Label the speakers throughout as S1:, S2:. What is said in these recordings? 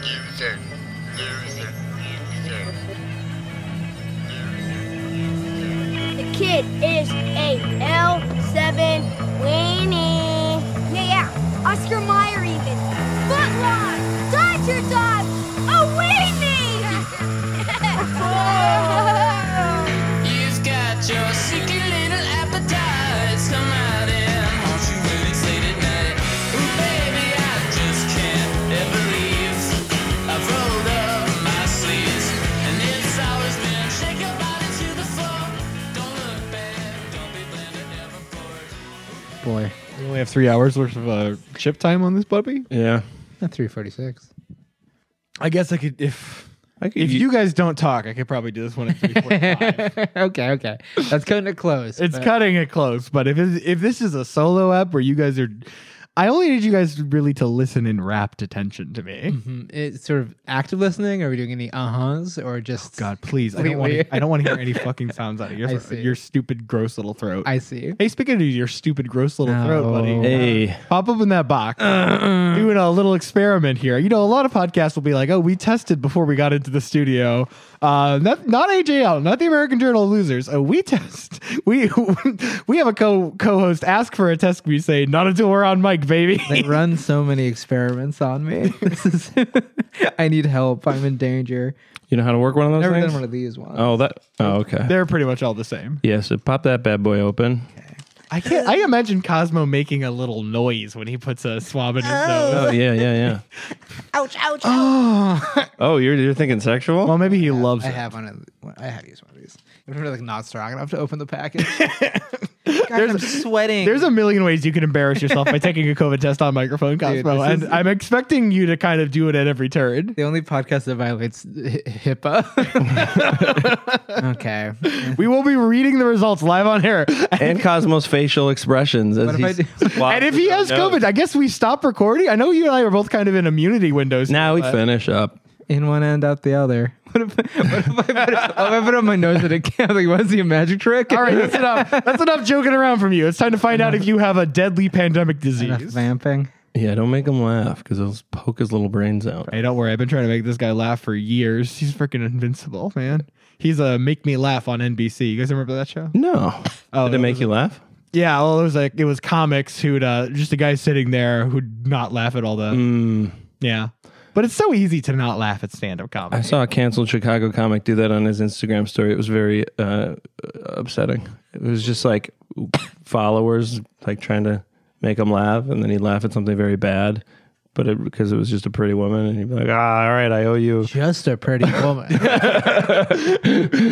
S1: music, music, music.
S2: The kid is a L7 Winnie. Yeah, yeah. Oscar Meyer even. Footlong! Dodger Dog! A weenie!
S3: You've got your secret little appetite. Come out and haunt you when it's late at night. Ooh, baby, I just can't ever leave. I've rolled up my sleeves, and it's always been shake your body to the floor. Don't look back, don't be blind and never bored.
S4: Boy.
S5: We only have three hours worth of uh, chip time on this puppy.
S4: Yeah.
S6: Not 346.
S5: I guess I could if
S4: I could
S5: if
S4: eat-
S5: you guys don't talk, I could probably do this one at three forty-five.
S6: okay, okay. That's cutting it close.
S5: it's
S6: but-
S5: cutting it close, but if it's, if this is a solo app where you guys are, I only need you guys really to listen in rapt attention to me.
S6: Mhm. It's sort of active listening. Are we doing any uh huhs or just.
S5: God, please! I
S6: Wait,
S5: don't want
S6: wait.
S5: to. I don't want to hear any fucking sounds out of your
S6: I
S5: throat-
S6: see.
S5: your stupid gross little throat.
S6: I see.
S5: hey, speaking of your stupid gross little throat, buddy,
S6: No.
S4: Hey.
S5: pop open that box. Doing a little experiment here. You know, a lot of podcasts will be like, "Oh, we tested before we got into the studio." Uh, not, not AJL, not the American Journal of Losers. Oh, we test. We we have a co co-host ask for a test. We say, "Not until we're on mic, baby."
S6: They run so many experiments on me. This is. I need help. I'm in danger.
S4: You know how to work one of those
S6: Never
S4: things?
S6: done one of these ones.
S4: Oh, that. Oh, okay.
S5: They're pretty much all the same.
S4: yeah, so pop that bad boy open.
S5: I can't. I imagine Cosmo making a little noise when he puts a swab in his nose.
S4: Oh, yeah, yeah, yeah.
S2: ouch, ouch, ouch.
S4: Oh, you're you're thinking sexual?
S5: Well, maybe he loves
S6: I
S5: it.
S6: have one of one- I have used one of these. If I'm like not strong enough to open the package, Gosh,
S5: There's-
S6: I'm sweating.
S5: There's a million ways you can embarrass yourself by taking a COVID test on microphone,
S6: Dude,
S5: Cosmo,
S6: this
S5: and
S6: is-
S5: I'm expecting you to kind of do it at every turn.
S6: the only podcast that violates hi- HIPAA. okay.
S5: We will be reading the results live on air.
S4: and Cosmo's facial expressions. As
S6: What if I
S4: he's-
S6: do-
S4: Wow.
S5: And if he has
S4: Who knows?
S5: COVID, I guess we stop recording. I know you and I are both kind of in immunity windows.
S4: now we
S5: but-
S4: finish up.
S6: In one end, out the other. What if, what if, I, put, what if I put up my nose at a camera? Like, what's the magic trick?
S5: All right, that's enough. That's enough joking around from you. It's time to find out if you have a deadly pandemic
S6: Enough
S5: disease.
S6: vamping.
S4: Yeah, don't make him laugh because he'll poke his little brains out.
S5: Hey, don't worry. I've been trying to make this guy laugh for years. He's freaking invincible, man. He's a make me laugh on NBC. You guys remember that show?
S4: No.
S5: Oh,
S4: Did
S5: that
S4: it make
S5: was
S4: you laugh?
S5: Yeah, well, it was like it was comics who'd uh, just a guy sitting there who'd not laugh at all the
S4: Mm,
S5: yeah. But it's so easy to not laugh at stand-up
S4: I
S5: comedy.
S4: saw a canceled Chicago comic do that on his Instagram story. It was very uh, upsetting. It was just like followers like trying to make him laugh, and then he'd laugh at something very bad. But it, because it was just a pretty woman, and he'd be like, "Ah, all right, I owe you."
S6: Just a pretty woman.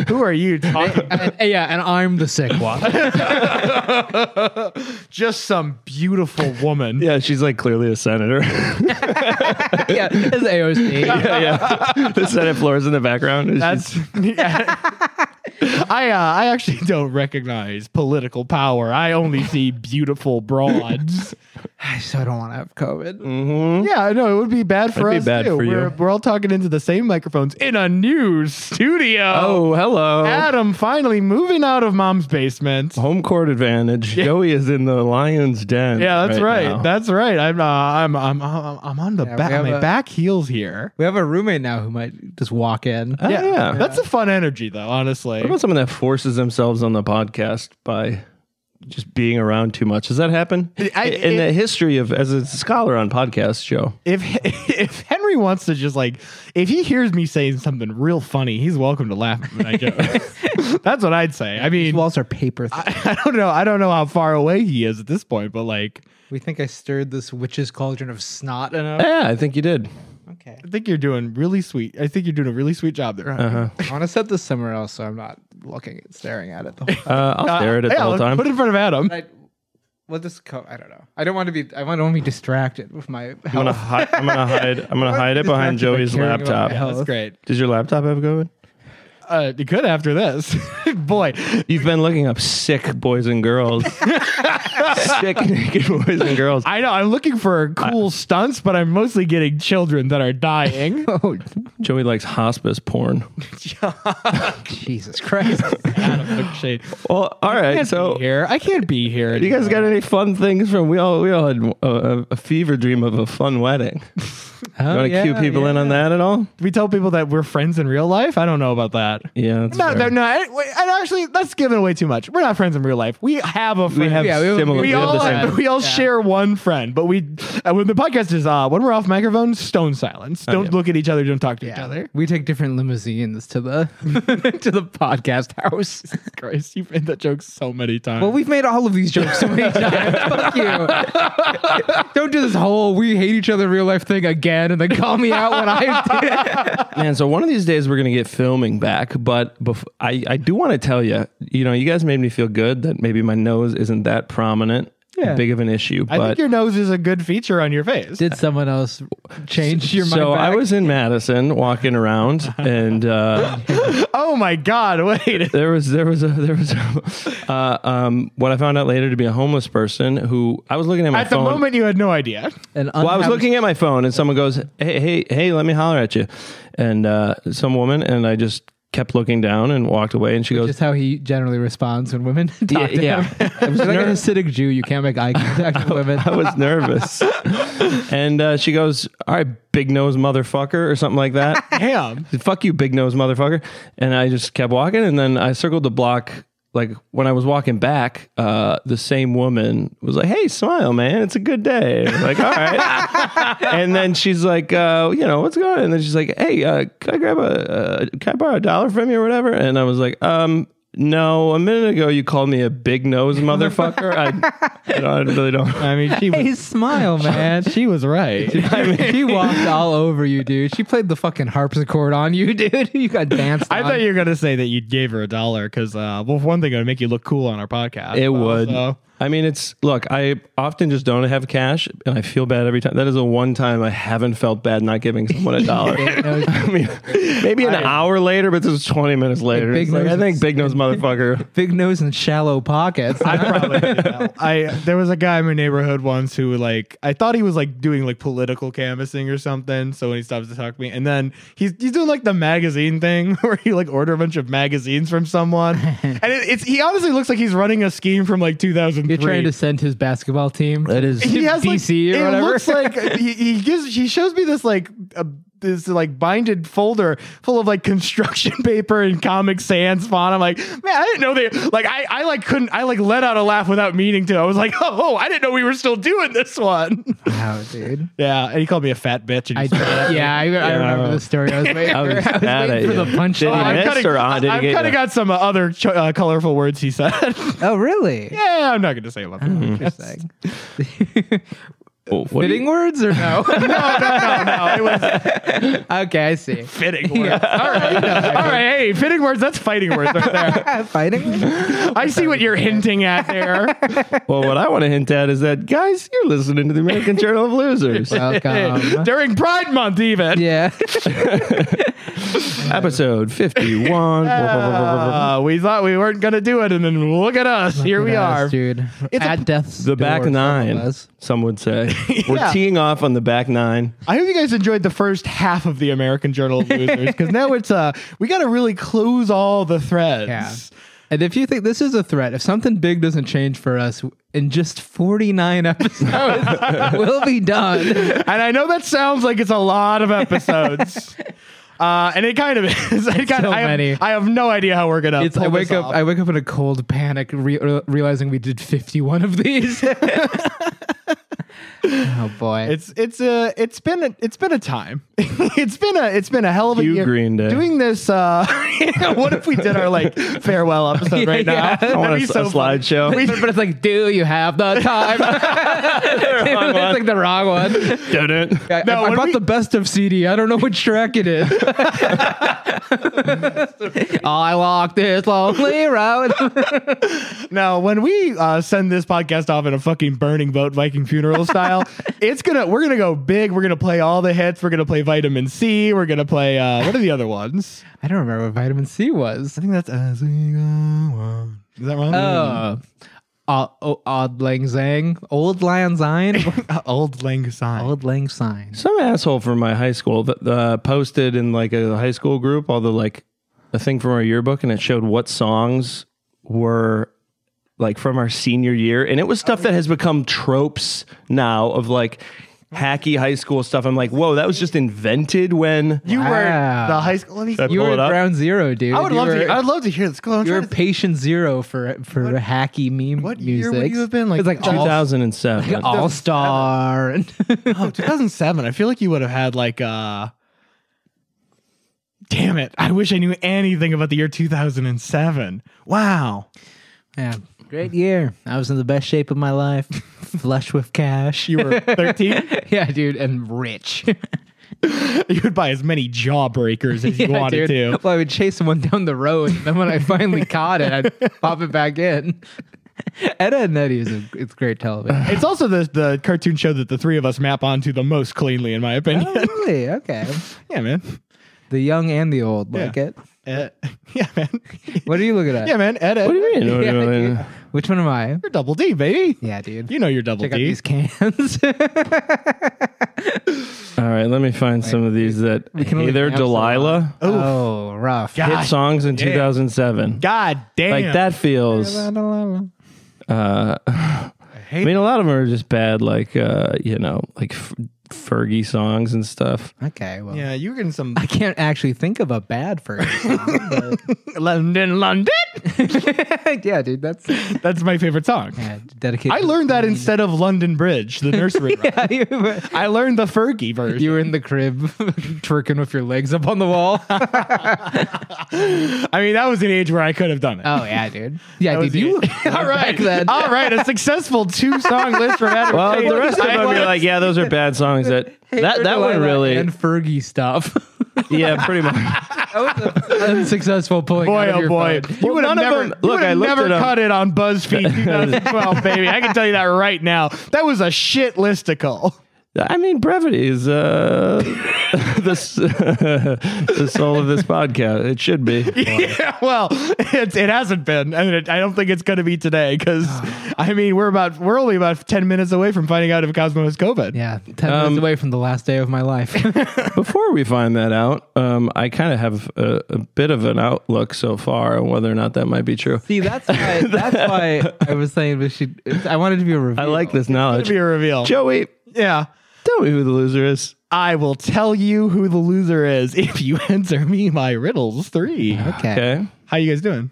S5: Who are you? Talking?
S6: and, yeah, and I'm the sick one.
S5: just some beautiful woman.
S4: Yeah, she's like clearly a senator.
S6: yeah, it's AOC.
S4: yeah, yeah. The Senate floor is in the background. It's just-
S5: That's I uh, I actually don't recognize political power. I only see beautiful broads.
S6: I so don't want to have COVID.
S4: mm-hmm.
S5: yeah, I know it would be bad for
S4: That'd be
S5: us
S4: bad
S5: too.
S4: for you.
S5: we're, we're all talking into the same microphones in a new studio.
S4: oh, hello.
S5: Adam finally moving out of mom's basement.
S4: Home court advantage. Joey is in the lion's den.
S5: Yeah, that's right.
S4: now.
S5: That's right. I'm uh, I'm, I'm I'm I'm on the
S6: Yeah,
S5: back.
S6: we have
S5: My
S6: a-
S5: back heels here.
S6: We have a roommate now who might just walk in.
S4: Oh, yeah.
S5: that's a fun energy though. Honestly,
S4: What about someone that forces themselves on the podcast by just being around too much? Does that happen?
S5: I-
S4: in
S5: it-
S4: the history of as a scholar on podcasts, Joe.
S5: if if Henry wants to just like if he hears me saying something real funny, he's welcome to laugh at my jokes. that's what I'd say. I
S6: These
S5: mean,
S6: walls are paper. thin.
S5: I, I don't know. I don't know how far away he is at this point, but like
S6: we think I stirred this witch's cauldron of snot enough.
S4: Yeah, I think you did.
S6: Okay.
S5: I think you're doing really sweet. I think you're doing a really sweet job there. Henry.
S4: Uh-huh.
S6: I want to set this somewhere else so I'm not looking and staring at it the whole
S4: Uh, I'll
S5: Uh,
S4: stare at it the
S5: yeah,
S4: whole time.
S5: Put it in front of Adam.
S6: I, well, this co- I don't know. I don't want to be. I want, don't want to be distracted with my.
S4: I'm gonna
S6: health.
S4: hide. I'm gonna hide. I'm gonna hide it
S6: distracted
S4: behind
S6: by
S4: Joey's
S6: caring about my
S4: laptop.
S6: health.
S5: That's great.
S4: Does your laptop have COVID?
S5: Uh, you could after this, boy.
S4: You've been looking up sick boys and girls, sick naked boys and girls.
S5: I know. I'm looking for cool stunts, but I'm mostly getting children that are dying.
S6: Oh
S4: Joey likes hospice porn.
S6: Jesus Christ!
S5: Shade.
S4: Well, all
S5: I
S4: right.
S5: can't
S4: So
S5: be here. I can't be here.
S4: you guys got any fun things from? We all we all had a, a fever dream of a fun wedding.
S6: Oh,
S4: you want to
S6: yeah,
S4: cue people in on that at all?
S5: Do we tell people that we're friends in real life? I don't know about that.
S4: Yeah. that's
S5: No,
S4: fair.
S5: no, no. I- wait, And actually, that's giving away too much. We're not friends in real life. We have a friend.
S4: We have
S6: Yeah, we-
S4: similar.
S5: We
S6: we
S4: have
S5: all
S4: the same-
S6: have-
S5: we all
S6: Yeah.
S5: share one friend, but we uh, when the podcast is uh, when we're off microphone, stone silence. Don't
S4: yeah.
S5: look at each other. Don't talk to each
S6: Yeah.
S5: other.
S6: We take different limousines to the to the podcast house.
S5: Christ, you've made that joke so many times.
S6: Well, we've made all of these jokes so many times. Fuck you. Don't do this whole we hate each other in real life thing again and then call me out when I did. it.
S4: Man, so one of these days we're gonna get filming back, but bef- I I do want to tell you, you know, you guys made me feel good that maybe my nose isn't that prominent,
S6: Yeah.
S4: big of an issue.
S5: I think
S4: But
S5: your nose is a good feature on your face.
S6: Did someone else change your mind?
S4: so I
S6: back?
S4: was in Madison walking around, and uh,
S5: oh my God! Wait,
S4: there was there was a there was a, uh, um, what I found out later to be a homeless person who I was looking at my
S5: at the
S4: phone.
S5: moment you had no idea.
S6: An
S4: well, I was
S6: unhoused-
S4: looking at my phone, and someone goes, "Hey, hey, hey, let me holler at you," and uh, some woman, and I just kept looking down and walked away, and she goes,
S6: Just how he generally responds when women talk
S4: Yeah,
S6: to
S4: yeah.
S6: him. I was like an acidic Jew. You can't make eye contact with women.
S4: I was nervous. and uh, she goes, All right, big nose motherfucker, or something like that.
S5: Damn.
S4: Fuck you, big nose motherfucker. And I just kept walking. And then I circled the block. Like when I was walking back, uh, the same woman was like, Hey, smile, man. It's a good day. I'm like, all right. and then she's like, uh, You know, what's going on? And then she's like, Hey, uh, can I grab a, uh, can I borrow a dollar from you or whatever? And I was like, Um, no, a minute ago you called me a big nose motherfucker. I, I, don't, I really don't.
S5: I mean, she
S6: Hey,
S5: was,
S6: smile, man.
S5: she was right.
S6: she walked all over you, dude. She played the fucking harpsichord on you, dude. You got danced. on.
S5: I thought you were gonna say that you gave her a dollar because, uh, well, for one thing, it would make you look cool on our podcast. Uh,
S4: It would.
S5: So,
S4: I mean, it's look. I often just don't have cash, and I feel bad every time. That is the one time I haven't felt bad not giving someone a dollar. I mean, maybe an hour later, but this is twenty minutes later.
S6: Big
S4: It's like,
S6: nose
S4: I think
S6: is-
S4: big nose motherfucker.
S6: big nose and shallow pockets.
S5: I probably did that. I there was a guy in my neighborhood once who like I thought he was like doing like political canvassing or something. So when he stops to talk to me, and then he's he's doing like the magazine thing where he like order a bunch of magazines from someone, and it, it's he honestly looks like he's running a scheme from like 2003.
S6: You're trying to send his basketball team.
S4: That is-
S6: to
S5: he has
S6: DC
S5: like,
S6: or whatever.
S5: It looks like uh, he, he gives he shows me this like uh, this like binded folder full of like construction paper and comic sans font. I'm like, man, I didn't know they like I I like couldn't I like let out a laugh without meaning to. I was like, oh, I didn't know we were still doing this one.
S6: wow, dude.
S5: yeah, and he called me a fat bitch. And
S6: I,
S5: he's
S6: yeah, I, I remember the story. I was waiting,
S4: I
S6: I
S4: was
S6: was
S4: mad at
S6: waiting for
S4: you.
S6: the punch.
S4: Did he miss?
S5: cutting,
S4: or, uh, did he
S5: I've
S4: get
S5: kind
S4: you?
S5: of got some uh, other cho- uh, colorful words he said.
S6: Oh, really?
S5: yeah, I'm not going to say about that.
S6: Interesting.
S4: Oh, what do you-
S6: Fitting words or no?
S5: no, Oh, it was
S6: okay, I see.
S5: fitting words. All right, all right. Hey, fitting words. That's fighting words right there.
S6: Fighting words?
S5: I see what you're hinting at there.
S4: well, what I want to hint at is that guys, you're listening to the American Journal of Losers
S6: Welcome.
S5: During Pride Month, even.
S6: yeah.
S4: episode fifty-one.
S5: Uh, we thought we weren't going to do it, and then look at us. Here we
S6: Look at
S5: are.
S6: us, dude.
S5: It's a-
S6: At death's
S4: The back
S6: door, some of
S4: nine,
S6: us.
S4: some would say. We're
S5: Yeah.
S4: teeing off on the back nine.
S5: I hope you guys enjoyed the first half of the American Journal of Losers because now it's uh we got to really close all the threads.
S6: Yeah. And if you think this is a threat, if something big doesn't change for us in just 49 episodes, we'll be done.
S5: And I know that sounds like it's a lot of episodes. Uh, and it kind of is. It kind
S6: So
S5: of, I, have,
S6: many.
S5: I have no idea how we're gonna.
S6: It's,
S5: pull
S6: I wake
S5: this
S6: up.
S5: off.
S6: I wake up in a cold panic, re- re- realizing we did fifty-one of these. oh boy!
S5: It's it's a it's been a, it's been a time. it's been a it's been a hell of a
S4: Hugh
S5: year
S4: Green Day.
S5: doing this. Uh, what if we did our like farewell episode right now?
S6: Yeah.
S4: I
S5: That'd
S4: want a,
S5: be
S4: s-
S5: so
S4: a
S5: funny.
S4: slideshow.
S6: but, but it's like, do you have the time?
S4: wrong
S6: it's
S4: one.
S6: like the wrong one.
S4: Didn't.
S6: I, I-
S5: No,
S6: I
S5: when
S6: bought
S5: we-
S6: the best of CD. I don't know which track it is. I walked this lonely road.
S5: Now, when we uh, send this podcast off in a fucking burning boat Viking funeral style, it's gonna we're gonna go big. We're gonna play all the hits. We're gonna play Vitamin C. We're gonna play uh, what are the other ones?
S6: I don't remember what vitamin C was.
S5: I think that's as we go on. Is that wrong?
S6: Oh. Uh, oh, odd lang Syne, old lang syne,
S5: Old Lang Syne.
S6: old lang syne.
S4: Some asshole from my high school that uh, posted in like a high school group all the like a thing from our yearbook, and it showed what songs were like from our senior year, and it was stuff that has become tropes now of like. hacky high school stuff. I'm like, whoa, that was just invented when
S5: You
S6: Wow.
S5: were the high school. Let me.
S4: That-
S6: You
S4: Pull
S6: were
S4: it up.
S6: ground zero, dude.
S5: I would
S6: You
S5: love
S6: were-
S5: to. I would love to hear this. Go on, I'm
S6: you were
S5: trying to think.
S6: patient zero for for hacky meme
S5: what year
S6: music.
S5: would you have been? Like
S6: it's like all,
S4: 2007.
S6: all star and
S5: Oh, 2007. I feel like you would have had like. uh Damn it! I wish I knew anything about the year 2007. Wow,
S6: yeah, great year. I was in the best shape of my life, flush with cash.
S5: you were 13.
S6: yeah, dude, and rich.
S5: you would buy as many jawbreakers as you
S6: Yeah,
S5: wanted
S6: dude.
S5: to.
S6: Well, I would chase someone down the road, and then when I finally caught it, I'd pop it back in. Edda and Eddie is a, it's great television.
S5: It's also the the cartoon show that the three of us map onto the most cleanly, in my opinion.
S6: oh, really? Okay.
S5: yeah, man.
S6: The young and the old like
S5: Yeah.
S6: it.
S5: Uh, yeah, man.
S6: What are you looking at?
S5: Yeah, man. Ed, Ed,
S4: What do you mean?
S6: Yeah,
S4: What do you
S6: dude.
S4: mean?
S6: Which one am I?
S5: You're double D, baby.
S6: Yeah, dude.
S5: You know you're double
S6: Check out
S5: D.
S6: these cans.
S4: All right, let me find some of these that
S6: can only
S4: either
S6: pronounce a
S4: Delilah
S6: oh, rough.
S4: hit songs in 2007.
S5: God damn.
S4: Like that feels. Uh, I mean, a lot of them are just bad, like uh, you know, like F- Fergie songs and stuff.
S6: Okay, well.
S5: Yeah, you were getting some
S6: I can't actually think of a bad Fergie song.
S5: London, London.
S6: but- yeah, dude, that's
S5: That's my favorite song.
S6: yeah, dedicated.
S5: I learned that instead of London Bridge, the nursery rhyme.
S6: Yeah, you, were,
S5: I learned the Fergie version.
S6: you were in the crib twerking with your legs up on the wall. oh
S5: I mean, that was an age where I could have done it.
S4: Oh,
S6: Oh, yeah, dude. Yeah,
S5: That was
S6: dude. You
S5: the- all right,
S6: then.
S5: all right, a successful two song list from Adam.
S4: Well,
S5: Tate.
S4: Uh, the rest of them are like, yeah, those are bad songs. That that that one
S6: Delilah and
S4: really,
S6: Fergie stuff.
S4: yeah, pretty much.
S6: Unsuccessful pulling. out
S5: boy,
S6: of
S5: oh
S6: your
S5: boy,
S6: phone.
S5: you would have
S4: none of
S5: never,
S4: them-
S5: you
S4: look,
S5: would
S4: I
S5: have
S4: looked
S5: never
S4: it up.
S5: cut it on BuzzFeed 2012, baby. I can tell you that right now. That was a shit listicle.
S4: I mean, brevity is uh, the s- the soul of this podcast. It should be.
S5: Yeah, well, it, it hasn't been, and it, I don't think it's going to be today because I mean we're about we're only about ten minutes away from finding out if Cosmo has COVID.
S6: Yeah, ten minutes away from the last day of my life.
S4: Before we find that out, um, I kind of have a, a bit of an outlook so far on whether or not that might be true.
S6: See, that's why. That's why I was saying we should. I wanted to be a review.
S4: I like this
S5: It'll
S4: knowledge.
S5: be a reveal.
S4: Joey,
S5: yeah,
S4: tell me who the loser is.
S5: I will tell you who the loser is if you answer me my riddles three.
S6: Okay.
S4: Okay,
S5: How you guys doing?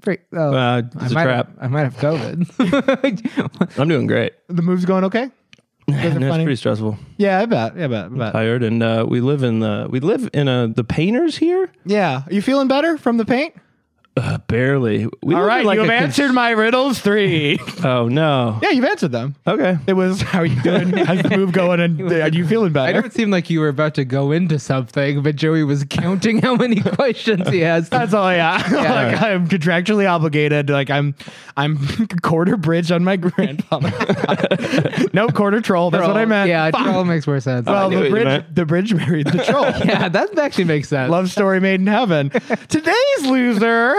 S6: Freak- oh,
S4: Uh, it's
S6: I
S4: a
S6: might
S4: trap.
S6: Have, I might have COVID.
S4: I'm doing great.
S5: The move's going okay.
S4: Yeah, no, it's
S5: funny.
S4: pretty stressful.
S5: Yeah, I bet. Yeah, I bet. I bet.
S4: Tired, and uh, we live in the we live in a the painters here.
S5: Yeah, you feeling better from the paint?
S4: Uh, barely. We
S5: All
S4: live in
S5: right,
S4: like
S5: you've
S4: a cons-
S5: answered my riddles three.
S4: oh no.
S5: yeah, you've answered them.
S4: Okay.
S5: It was how you doing? How's the move going? And are you feeling
S6: I know
S5: better?
S6: it seemed like you were about to go into something, but Joey was counting how many questions he has.
S5: That's all I got. like, I'm contractually obligated. Like I'm, I'm quarter bridge on my grandfather. no quarter troll. That's what I meant.
S6: Yeah,
S5: Fuck.
S6: troll makes more sense.
S5: Well,
S4: knew what
S5: the
S4: you
S5: bridge,
S4: meant.
S5: the bridge married the troll.
S6: yeah, that actually makes sense.
S5: Love story made in heaven. Today's loser.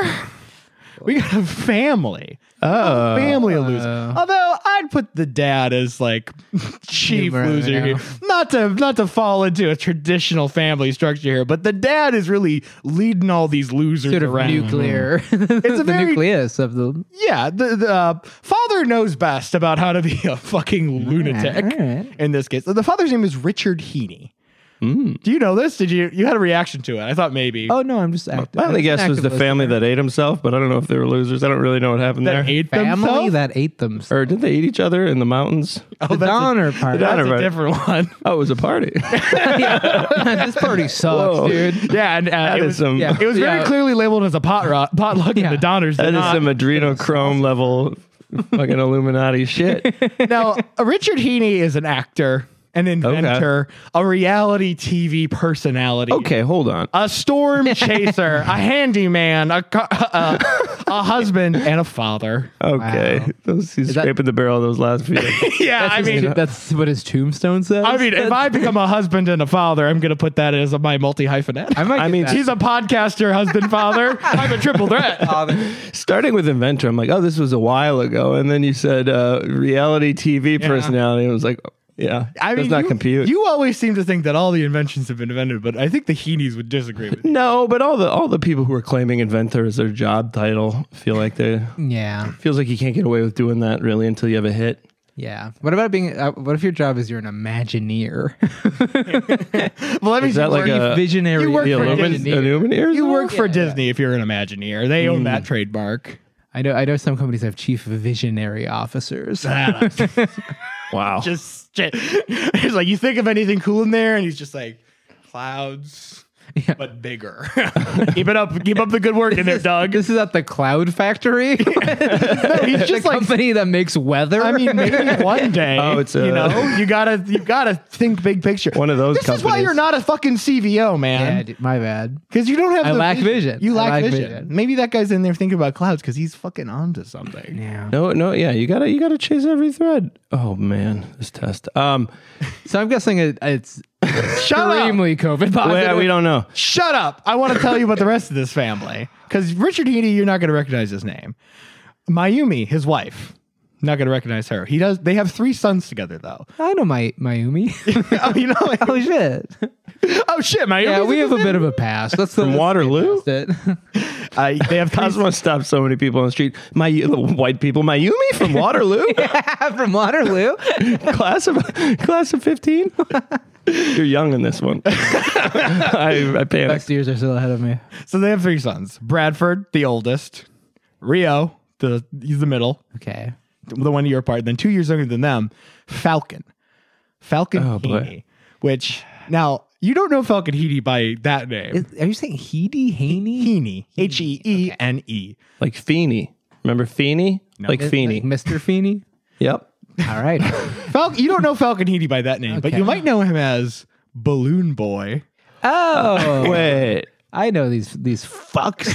S5: We got a family.
S4: Oh.
S5: family of losers.
S6: Oh.
S5: Although I'd put the dad as like chief
S6: Numero
S5: loser
S6: uno.
S5: here. Not to not to fall into a traditional family structure here, but the dad is really leading all these losers
S6: sort of
S5: around.
S6: nuclear. it's
S5: a
S6: the
S5: very-
S6: nucleus of the.
S5: Yeah, the, the uh, father knows best about how to be a fucking lunatic
S6: all right.
S5: in this case. The father's name is Richard Heaney. Do you know this? Did you you had a reaction to it? I thought maybe
S6: Oh no, I'm just. Active.
S4: My only
S6: I'm just
S4: guess
S6: an
S4: was the
S6: activist.
S4: family that ate himself, but I don't know if they were losers. I don't really know what happened
S5: that
S4: there.
S5: ate
S6: family
S5: themselves.
S6: that ate them.
S4: Or did they eat each other in the mountains?
S5: oh,
S6: the
S5: that's a-
S6: Donner part.
S4: Donner-
S5: that's a
S4: Right.
S5: different one.
S4: Oh, it was a party.
S6: this party sucks,
S4: Whoa.
S6: dude.
S5: Yeah, and uh,
S4: That
S5: it
S4: is
S5: was,
S4: some-
S6: yeah.
S5: it was very
S6: Yeah.
S5: clearly labeled as a pot ro- potluck,
S6: Yeah.
S5: and the Donners did
S4: That is
S5: not.
S4: some adrenochrome level fucking Illuminati shit.
S5: now, uh, Richard Heaney is an actor, an inventor, a reality TV personality.
S4: Okay, hold on.
S5: A storm chaser, a handyman, a, co- uh, a husband, and a father.
S4: Okay.
S6: Wow.
S4: Those, he's
S6: that-
S4: scraping the barrel of those last few.
S5: Yeah, I mean,
S6: that's what his tombstone says.
S5: I mean, if I become a husband and a father, I'm going to put that as my multi hyphenate.
S6: I might.
S4: I
S6: get
S4: mean,
S6: that.
S5: He's a podcaster, husband, father. I'm a triple threat.
S4: Starting with Inventor, I'm like, oh, this was a while ago. And then you said uh, reality TV personality. I was like, yeah,
S5: I mean,
S4: does not
S5: you,
S4: compute.
S5: you always seem to think that all the inventions have been invented, but I think the Heenies would disagree with you.
S4: no, but all the all the people who are claiming Inventor as their job title feel like they
S6: yeah.
S4: feels like you can't get away with doing that really until you have a hit.
S6: Yeah. What about being? Uh, what if your job is you're an Imagineer?
S5: Well, that means
S4: that
S5: you
S4: like
S5: work,
S4: a- Uh,
S6: visionary.
S5: you work
S4: The
S5: for
S4: Illumin-
S5: Disney.
S4: Illumineers?
S5: you work for Disney if you're an Imagineer. They own that trademark.
S6: I know. I know. Some companies have chief visionary officers.
S4: Wow.
S5: Just shit. It's like you think of anything cool in there, and he's just like clouds,
S6: Yeah.
S5: but bigger. keep it up. Keep up the good work in there, Doug.
S6: This is at the Cloud Factory.
S5: No, he's
S6: the
S5: just like
S6: company that makes weather.
S5: I mean, maybe one day.
S4: Oh, it's
S5: you
S4: a-
S5: know, you gotta you gotta think big picture.
S4: One of those
S5: This is why
S4: companies.
S5: you're not a fucking CVO,
S6: yeah,
S5: man.
S6: dude, my bad.
S5: Because you don't have.
S6: I
S5: the
S6: lack vision.
S5: You
S6: I
S5: lack,
S6: lack
S5: vision.
S6: vision.
S5: Maybe that guy's in there thinking about clouds because he's fucking onto something.
S6: Yeah.
S4: No, no, yeah, you gotta, you gotta chase every thread. Oh man, this test. Um,
S6: So I'm guessing it, it's
S5: Shut up!
S6: extremely COVID positive.
S4: well, we don't know.
S5: Shut up! I want to tell you about the rest of this family because Richard Heaney, you're not going to recognize his name. Mayumi, his wife, not going to recognize her. He does. They have three sons together, though.
S6: I know my Mayumi.
S5: oh, you know.
S6: oh shit.
S5: oh shit, Mayumi.
S6: Yeah, we have a bit of a past. That's the
S4: From Waterloo,
S6: That's it.
S5: Uh, they have three
S4: Cosmo stopped so many people on the street. My little white people, my Yumi from Waterloo,
S6: From Waterloo.
S4: class of class of fifteen. You're young in this one. I, I
S6: Best
S4: panicked.
S6: years are still ahead of me.
S5: So they have three sons: Bradford, the oldest, Rio, the he's the middle,
S6: Okay.
S5: the one year apart, and then two years younger than them, Falcon, Falcon
S4: Oh, boy.
S5: Heaney, which now you don't know Falcon Heaney by that name.
S6: Is, are you saying Heedy Haney?
S5: Heaney, H E E N E.
S4: Like Feeney. Remember Feeney? like Feeney.
S6: Like Mr. Feeney?
S4: yep.
S6: All right.
S5: Falcon. You don't know Falcon Heaney by that name, but
S6: Okay.
S5: you might know him as Balloon Boy.
S6: Oh,
S4: Wait,
S6: I know these these fucks.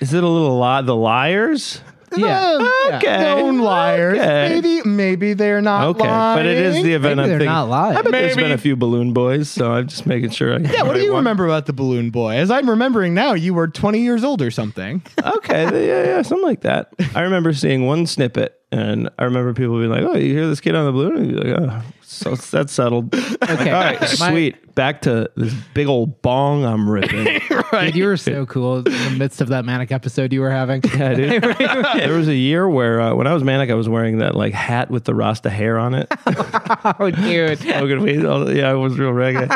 S4: is it a little lot? The liars.
S6: yeah.
S5: Uh,
S4: Okay.
S5: known liars.
S4: Okay.
S5: Maybe, maybe they're not.
S4: Okay, but it is the
S5: lying.
S4: event
S6: Maybe
S4: I'm
S6: they're
S4: thinking.
S6: not lying.
S4: I bet there's
S5: Maybe.
S4: been a few balloon boys, so I'm just making sure. I
S5: Yeah, what do you remember about the balloon boy? As I'm remembering now, you were 20 years old or something.
S4: okay, th- yeah, yeah, something like that. I remember seeing one snippet, and I remember people being like, "Oh, you hear this kid on the balloon?" And you're like, "Oh, so that's settled."
S6: Okay.
S4: All right, sweet. Back to this big old bong I'm ripping.
S6: Dude, you were so cool in the midst of that manic episode you were having.
S4: Yeah, dude. there was a year where uh, when I was manic, I was wearing that like hat with the rasta hair on it.
S6: Oh, dude.
S4: Smoking weed. all- Oh, Yeah, I was real reggae.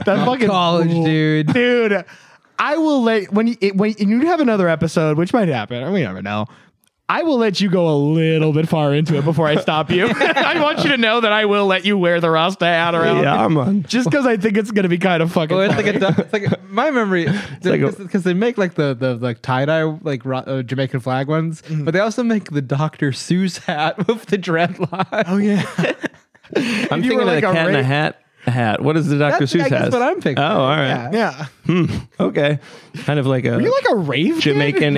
S5: That fucking
S6: College, dude.
S5: dude. I will let when you it, when and you have another episode, which might happen. or We never know. I will let you go a little bit far into it before I stop you. I want you to know that I will let you wear the Rasta hat around.
S4: yeah, I'm on.
S5: Just because I think it's gonna be kind of fucking.
S6: Well, Oh, it's
S5: funny.
S6: like a, du- it's like my memory
S4: like a-
S6: because they make like the the like tie dye like ro- uh, Jamaican flag ones, but they also make the Dr. Seuss hat with the dreadlock.
S5: oh yeah.
S4: I'm
S5: you
S4: thinking
S5: were
S4: of
S5: like
S4: the
S5: a
S4: cat in
S5: ra-
S4: a hat. Hat. What is the Dr.
S6: That's-
S4: Seuss
S6: I guess
S4: has?
S6: what I'm picturing,
S4: Oh, all right.
S6: yeah.
S5: Yeah.
S4: Okay. Kind of like a
S5: You're like a rave kid?
S4: Jamaican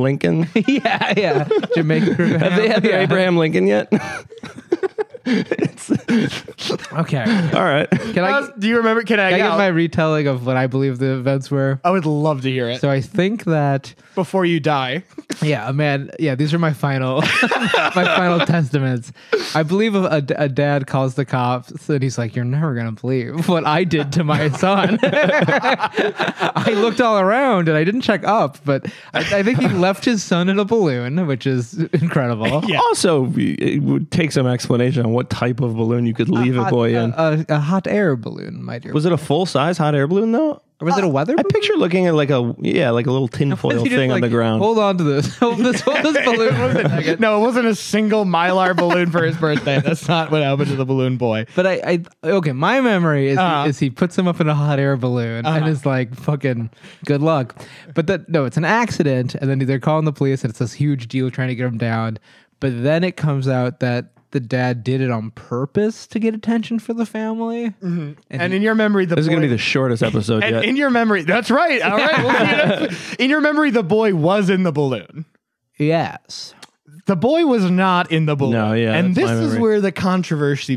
S4: Lincoln.
S6: yeah, yeah. Jamaican.
S4: Have they had the Abraham Lincoln yet?
S6: Okay.
S4: All right.
S6: Can I,
S5: Uh, do you remember? Can I?
S6: can I
S5: yeah,
S6: get my retelling of what I believe the events were?
S5: I would love to hear it
S6: So I think that
S5: before you die.
S6: Yeah, man. Yeah, these are my final, my final testaments. I believe a, a, a dad calls the cops and he's like, "You're never gonna believe what I did to my son." I looked all around and I didn't check up, but I, I think he left his son in a balloon, which is incredible.
S5: Yeah.
S4: Also, it would take some explanation on what type of balloon you
S5: Uh,
S4: could leave a
S6: Hot-
S4: boy in.
S6: a, a hot air balloon, my dear. Was,
S4: was it a full size hot air balloon though?
S6: was it a weather?
S4: I
S6: balloon?
S4: picture looking at like a yeah, like a little tinfoil
S6: He just
S4: thing on
S6: like,
S4: the ground.
S6: Hold on to this. Hold this. Hold this balloon.
S5: No, it wasn't a single mylar balloon for his birthday. That's not what happened to the balloon boy.
S6: But I, I okay. My memory is,
S5: Uh-huh.
S6: he, is he puts him up in a hot air balloon and is like, "Fucking good luck." But that no, it's an accident, and then they're calling the police, and it's this huge deal trying to get him down. But then it comes out that the dad did it on purpose to get attention for the family.
S5: And in your memory, the
S4: this is
S5: boy,
S4: gonna be the shortest episode
S5: and
S4: yet.
S5: in your memory, that's right. All right, we'll see you next- in your memory, the boy was in the balloon.
S6: Yes.
S5: The boy was not in the balloon.
S4: No, yeah,
S5: and this
S4: that's my
S5: is
S4: memory.
S5: where the controversy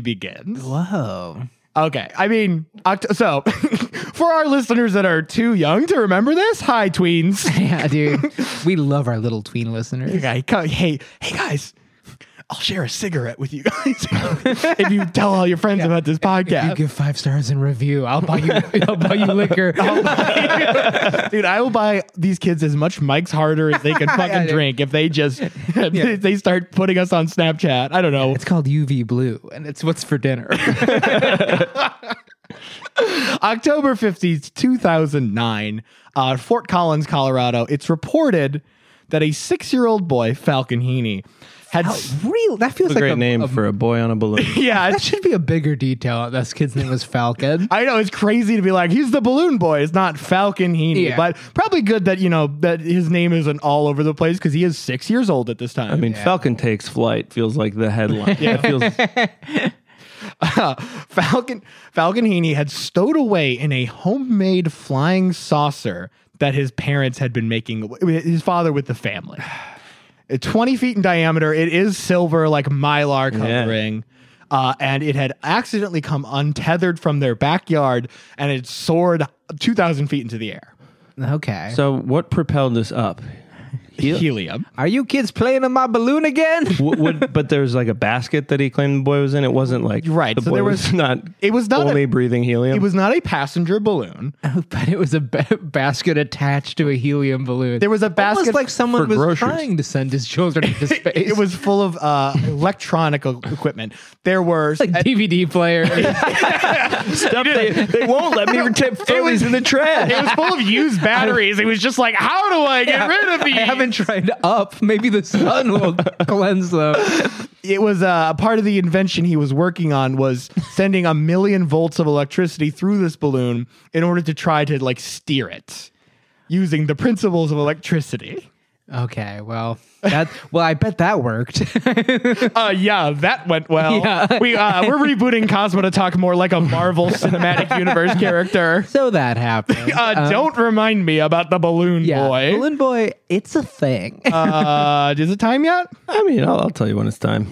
S5: begins.
S6: Whoa.
S5: Okay, I mean, Oct- so for our listeners that are too young to remember this, hi tweens.
S6: Yeah, dude. we love our little tween listeners.
S5: Okay, co- hey, hey guys. I'll share a cigarette with you guys if you tell all your friends about this
S6: You
S5: podcast.
S6: give five stars in review. I'll buy you. I'll buy you liquor.
S5: Dude, I will buy these kids as much Mike's Harder as they can fucking
S6: dude.
S5: drink if they just if they start putting us on Snapchat. I don't know.
S6: it's called UV Blue, and it's what's for dinner.
S5: October 15th, 2009, uh, Fort Collins, Colorado. It's reported that a six year old boy, Falcon Heaney, had.
S6: Real. That feels
S4: a
S6: like
S4: great
S6: a,
S4: name
S6: a-
S4: for a boy on a balloon.
S5: yeah,
S6: that
S5: it's-
S6: should be a bigger detail. This kid's name was Falcon.
S5: I know it's crazy to be like, he's the balloon boy. It's not Falcon Heaney.
S6: Yeah.
S5: But probably good that, you know, that his name isn't all over the place because he is six years old at this time.
S4: I mean, Falcon takes flight feels like the headline. yeah, it feels
S5: Falcon Falcon Heaney had stowed away in a homemade flying saucer that his parents had been making his father with the family. Uh, 20 feet in diameter. It is silver, like mylar coloring. Uh, and it had accidentally come untethered from their backyard and it soared 2,000 feet into the air.
S6: Okay.
S4: so. What propelled this up? Hel-
S5: Helium.
S6: are you kids playing on my balloon again?
S4: W- would- but there's like a basket that he claimed the boy was in. It wasn't like
S5: Right,
S4: The
S5: so
S4: boy
S5: there
S4: was,
S5: was-
S4: not.
S5: it was not a-
S4: only breathing helium.
S5: It was not a passenger balloon.
S6: but it was a ba- basket attached to a helium balloon.
S5: There was a basket
S6: Almost like someone
S4: for
S6: was
S4: groceries.
S6: trying to send his children into space.
S5: It was full of uh, electronic e- equipment. There were
S6: like DVD player.
S4: stuff. They, they won't let me tip throw these in the trash.
S5: It was full of used batteries. It was just like, how do I get rid of these?
S6: I haven't tried up. Maybe the sun will cleanse them.
S5: It was uh, part of the invention he was working on was sending a million volts of electricity through this balloon in order to try to like steer it using the principles of electricity.
S6: Okay, well, that well, I bet that worked.
S5: Uh, yeah, that went well.
S6: Yeah.
S5: We uh, we're rebooting Cosmo to talk more like a Marvel Cinematic Universe character.
S6: so that happened. Um,
S5: Uh, don't remind me about the balloon
S6: yeah,
S5: boy.
S6: Balloon boy, it's a thing.
S5: uh, is it time yet?
S4: I mean, I'll, I'll tell you when it's time.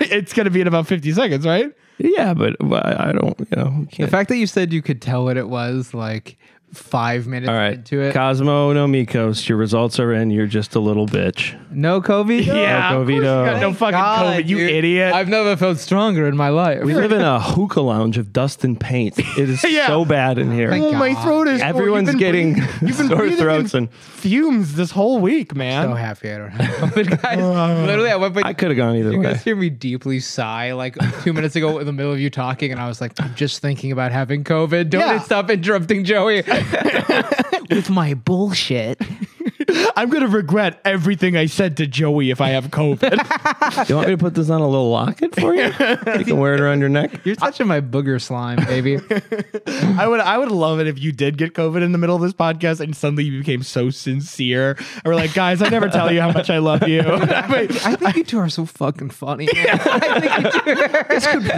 S5: It's gonna be in about fifty seconds, right?
S4: Yeah, but well, I I don't. You know, we
S6: the
S4: can't.
S6: fact that you said you could tell what it was like five minutes
S4: all right,
S6: into it.
S4: Cosmo no Mikos, your results are in. You're just a little bitch.
S6: no, Kobe.
S5: Yeah,
S4: No
S5: of course you
S4: Covito.
S5: got no fucking COVID, you idiot.
S6: I've never felt stronger in my life.
S4: We live in a hookah lounge of dust and paint. It is
S5: Yeah.
S4: so bad in here.
S5: oh,
S6: Thank
S5: my
S6: God.
S5: throat is. sore.
S4: Everyone's
S5: You've been
S4: getting
S5: breathing- you've been
S4: sore
S5: breathing
S4: throats,
S5: in
S4: and
S5: fumes this whole week, man.
S6: so happy I don't have COVID, guys. Literally, I went.
S4: I could have gone either
S6: You
S4: way.
S6: guys hear me deeply sigh like two minutes ago in the middle of you talking, and I was like, I'm just thinking about having COVID. Don't
S5: Yeah.
S6: stop interrupting Joey with my bullshit.
S5: I'm gonna regret everything I said to Joey if I have COVID.
S4: Do you want me to put this on a little locket for you? You can wear it around your neck.
S6: You're touching my booger slime, baby.
S5: I would, I would love it if you did get COVID in the middle of this podcast and suddenly you became so sincere. And we're like, guys, I never tell you how much I love you. But
S6: I think you two are so fucking funny. man.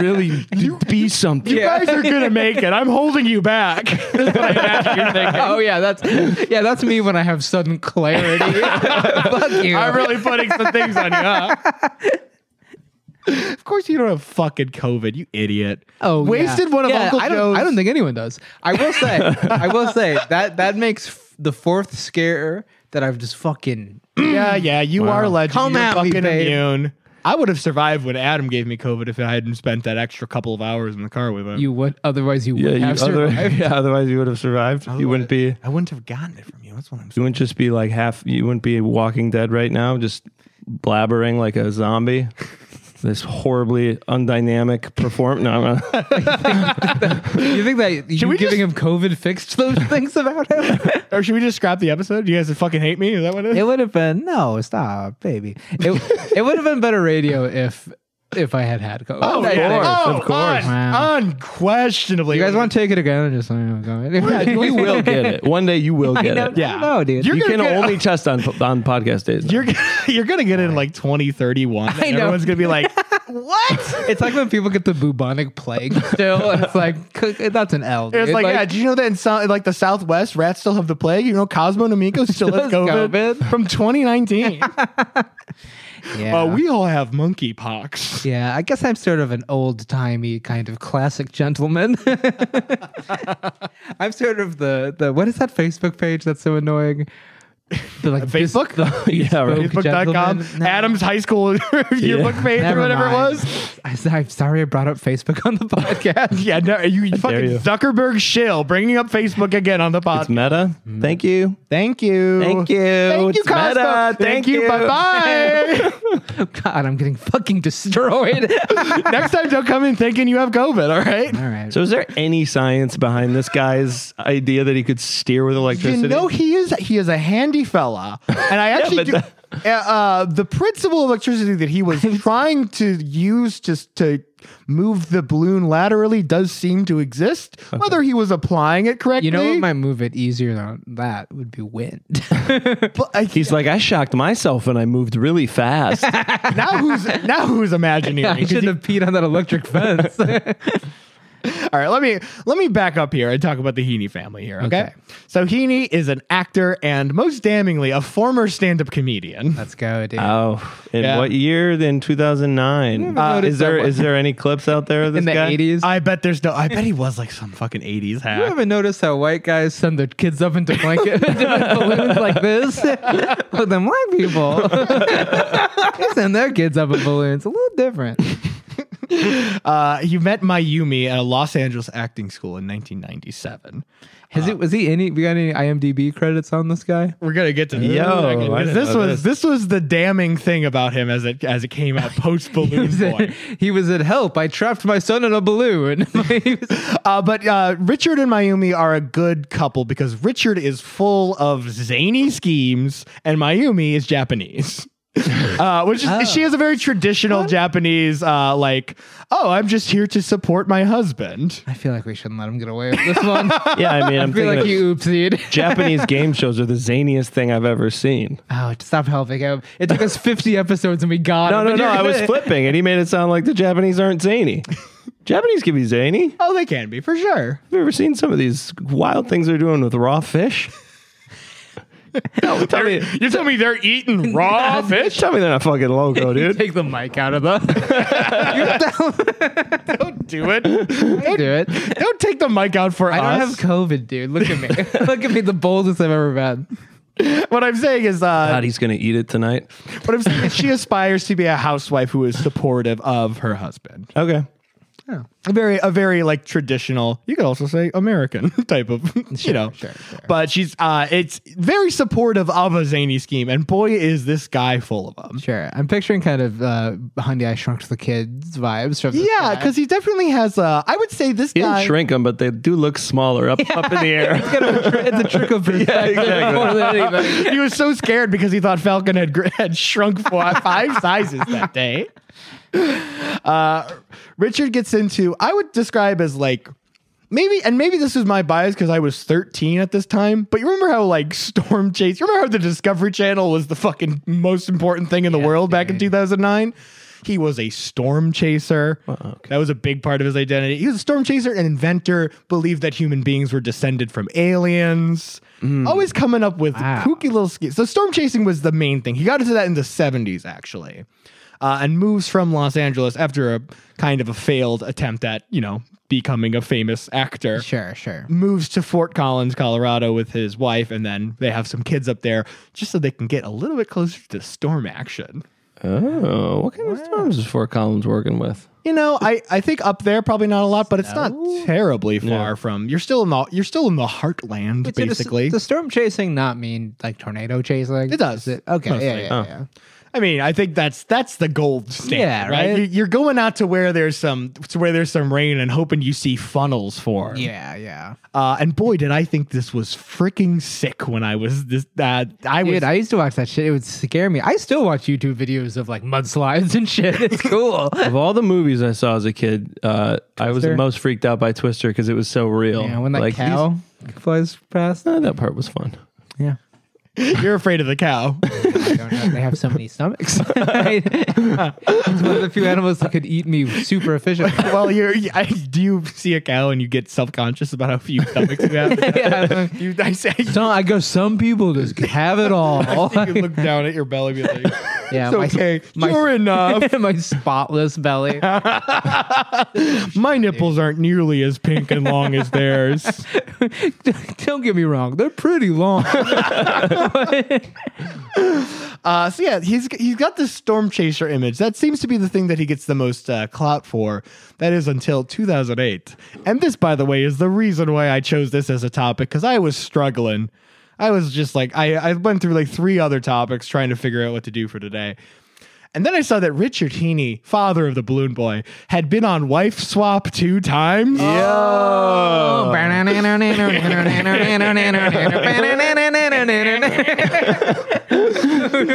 S4: Really, you be something.
S5: you guys are gonna make it. I'm holding you back. That's what I imagine you're thinking.
S6: oh yeah, that's yeah, that's me when I have sudden clarity. Fuck you.
S5: I'm really putting some things on you, huh? Of course, you don't have fucking COVID, you idiot.
S6: Oh, yeah.
S5: wasted one of
S6: Yeah,
S5: Uncle
S6: I don't,
S5: Joe's.
S6: I don't think anyone does. I will say, I will say that that makes f- the fourth scare that I've just fucking
S5: Yeah, yeah, you are a legend.
S6: Come
S5: You're
S6: at me,
S5: fucking
S6: babe.
S5: immune. I would have survived when Adam gave me COVID if I hadn't spent that extra couple of hours in the car with him.
S6: you would otherwise you
S4: Yeah,
S6: would
S4: you
S6: have
S4: other,
S6: survived.
S4: yeah, otherwise you would have survived. you wouldn't be.
S5: I wouldn't have gotten it from you. That's what I'm saying.
S4: You wouldn't just be like half. You wouldn't be Walking Dead right now, just blabbering like a zombie. this horribly undynamic perform. No, I'm not.
S6: You think that you
S5: we
S6: giving him COVID fixed those things about him?
S5: Or Oh, should we just scrap the episode? You guys would fucking hate me? Is that what it is?
S6: it would have been no, stop, baby. It, it would have been better radio if if I had had COVID. I think.
S5: Oh,
S4: of
S5: un-
S4: course.
S6: Wow.
S5: Unquestionably.
S6: You guys want to take it again? and Just like, go ahead.
S4: you will get it one day. You will get it.
S5: Yeah.
S6: No, dude.
S5: You're
S4: you
S5: gonna
S4: can
S5: get-
S4: only test on on podcast days. now.
S5: You're gonna, you're gonna get in like 2031.
S6: I
S5: and
S6: know.
S5: Everyone's gonna be like,
S6: it's like when people get the bubonic plague still. and it's like c- that's an L.
S5: It's
S6: dude.
S5: like, yeah, did you know that in so- like the Southwest, rats still have the plague? You know, Cosmo Namiko still has
S6: has
S5: COVID,
S6: COVID.
S5: from 2019.
S6: yeah.
S5: uh, we all have monkeypox.
S6: Yeah, I guess I'm sort of an old timey kind of classic gentleman. I'm sort of the the what is that Facebook page that's so annoying? The, like
S5: Facebook?
S4: yeah, right.
S6: Spoke
S5: Facebook.com,
S6: gentleman. No.
S5: Adam's high school yearbook page or
S6: Never
S5: whatever
S6: mind.
S5: it was.
S6: I, am sorry I brought up Facebook on the podcast.
S5: Yeah, no, you, you fucking
S4: you.
S5: Zuckerberg shill bringing up Facebook again on the
S4: It's
S5: pod.
S4: Meta. Thank you.
S5: Mm-hmm. Thank you.
S4: Thank you.
S5: Thank you,
S4: It's Meta.
S5: Costco.
S4: Thank
S5: you.
S4: you.
S5: Bye
S6: God, I'm getting fucking destroyed.
S5: bye. Next time, don't come in thinking you have COVID, all right?
S6: All right.
S4: So, is there any science behind this guy's idea that he could steer with electricity?
S5: You know he is he is a handy fella, and I actually
S4: but
S5: do, uh, uh, the principle of electricity that he was trying to use just to move the balloon laterally does seem to exist. Whether he was applying it correctly,
S6: you know what might move it easier than that would be wind.
S5: but, uh,
S4: He's like, I shocked myself and I moved really fast.
S5: now who's now who's imagineering?
S6: I
S5: 'Cause
S6: shouldn't have peed on that electric fence.
S5: All right, let me let me back up here and talk about the Heaney family here. Okay,
S6: Okay.
S5: so Heaney is an actor and most damningly a former stand-up comedian.
S6: Let's go, dude.
S4: oh, in
S5: Yeah.
S4: what year? In 2009.
S5: Uh,
S4: is there is there any clips out there of this
S6: In the
S4: guy?
S6: 80s.
S5: I bet there's no. I bet he was like some fucking '80s
S6: you
S5: hack.
S6: haven't noticed how white guys send their kids up into blanket into balloons like this? But them black people, they send their kids up in balloons. A little different.
S5: Uh, he met Mayumi at a Los Angeles acting school in 1997.
S6: Has it? Was he any? We got any IMDb credits on this guy?
S5: We're gonna get to
S4: Yo, I didn't
S5: Because this
S4: know
S5: was this was the damning thing about him as it as it came out post balloon
S6: was at-
S5: boy.
S6: he was at help. I trapped my son in a balloon. He was-
S5: Uh, but uh, Richard and Mayumi are a good couple because Richard is full of zany schemes and Mayumi is Japanese. Uh, which is, she has a very traditional Japanese, uh, like, oh, I'm just here to support my husband.
S6: I feel like we shouldn't let him get away with this one. I
S4: Yeah, I mean, I'm
S6: feel
S4: thinking
S6: like
S4: of-
S6: you oopsied.
S4: Japanese game shows are the zaniest thing I've ever seen.
S6: Oh, stop helping him. It took us 50 episodes and we got
S4: No,
S6: him.
S4: no,
S6: And
S4: no.
S6: you're
S4: I was
S6: gonna-
S4: flipping, and he made it sound like the Japanese aren't zany. Japanese can be zany.
S5: Oh, they can be for sure.
S4: Have you ever seen some of these wild things they're doing with raw fish? no, tell me,
S5: You tell me they're eating raw fish.
S4: tell me they're not fucking loco, dude.
S6: Take the mic out of the.
S5: Don't do it.
S6: do it.
S5: Don't take the mic out for
S6: I don't have
S5: us.
S6: COVID, dude. Look at me. Look at me, the boldest I've ever been.
S5: what I'm saying is, uh,
S4: God, he's gonna eat it tonight.
S5: what I'm saying is she aspires to be a housewife who is supportive of her husband.
S4: Okay.
S6: Oh.
S5: A very, a very like traditional. You could also say American type of, you know.
S6: sure, sure.
S5: But she's, uh, it's very supportive of a zany scheme, and boy, is this guy full of them.
S6: Sure. I'm picturing kind of uh, Honey, I Shrunk the Kids vibes from this
S5: Yeah,
S6: guy.
S5: because he definitely has. Uh, I would say this
S4: He didn't
S5: guy.
S4: shrink them, but they do look smaller up up in the air. Oh,
S6: it's a trick of perspective more than anything.
S5: he was so scared because he thought Falcon had, gr- had shrunk four, five sizes that day. Uh, Richard gets into, I would describe as like, maybe, and maybe this is my bias because I was 13 at this time, but you remember how like Storm Chase, you remember how the Discovery Channel was the fucking most important thing in the world back in
S6: dude.
S5: 2009? He was a storm chaser. That was a big part of his identity. He was a storm chaser, an inventor, believed that human beings were descended from aliens. Always coming up with
S6: Wow.
S5: kooky little schemes. So storm chasing was the main thing. He got into that in the 70s, actually, uh, and moves from Los Angeles after a kind of a failed attempt at, you know, becoming a famous actor
S6: Sure, sure.
S5: moves to Fort Collins, Colorado with his wife, and then they have some kids up there just so they can get a little bit closer to storm action.
S4: Oh, what kind of storms is Fort Collins working with?
S5: You know, I, I think up there probably not a lot, but it's not terribly far from you're still in the you're still in the heartland
S6: Wait, so does-
S5: basically.
S6: does storm chasing not mean like tornado chasing?
S5: It does.
S6: Is okay, yeah,
S5: Mostly.
S6: yeah,
S4: Oh.
S6: yeah.
S5: I mean, I think that's that's the gold standard,
S6: Yeah,
S5: right?
S6: right?
S5: You- You're going out to where there's some to where there's some rain and hoping you see funnels for.
S6: Yeah, yeah.
S5: Uh, and boy, did I think this was freaking sick when I was this. Uh, I was
S6: Dude, I used to watch that shit. It would scare me. I still watch YouTube videos of like mudslides and shit. It's cool.
S4: Of all the movies I saw as a kid, uh, I was the
S6: Twister?
S4: most freaked out by Twister because it was so real.
S6: yeah, when that
S4: Like,
S6: cow
S4: these-
S6: flies past.
S4: Oh, that Uh, part was fun.
S6: Yeah.
S5: You're afraid of the cow.
S6: I don't know. They have so many stomachs. it's one of the few animals that could eat me super efficiently.
S5: well, you're, you- I, do you see a cow and you get self conscious about how few stomachs you have?
S6: Yeah.
S5: You, I say,
S6: So I go. Some people just have it all.
S5: you can look down at your belly and be like,
S6: yeah,
S5: it's okay. You're enough.
S6: my spotless belly.
S5: My nipples aren't nearly as pink and long as theirs.
S6: Don't get me wrong; they're pretty long.
S5: Uh, so yeah, he's he's got this storm chaser image. That seems to be the thing that he gets the most uh, clout for. That is until 2008. And this, by the way, is the reason why I chose this as a topic because I was struggling. I was just like I I went through like three other topics trying to figure out what to do for today. And then I saw that Richard Heaney, father of the balloon boy, had been on wife swap two times.
S6: Oh.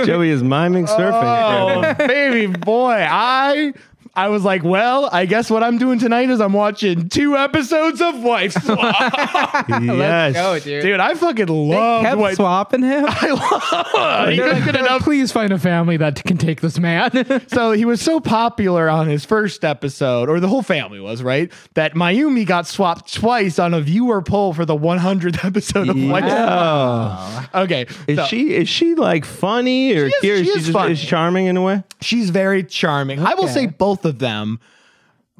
S4: Joey is miming surfing.
S5: Oh, baby boy. I I was like, well, I guess what I'm doing tonight is I'm watching two episodes of Wife Swap.
S4: yes.
S6: go, dude.
S5: Dude, I fucking love
S6: Kept
S5: Wife Swap.
S6: swapping him.
S5: He
S6: They're
S5: was
S6: like,
S5: good
S6: they're like,
S5: enough.
S6: Please find a family that can take this man.
S5: So he was so popular on his first episode, or the whole family was, right? That Mayumi got swapped twice on a viewer poll for the 100th episode of Wife Swap. Okay.
S4: Is
S5: so-
S4: she is she like funny or
S5: She is-
S4: curious?
S5: she is
S4: She's just-
S5: funny.
S4: charming in a way.
S5: She's very charming. I will say both of them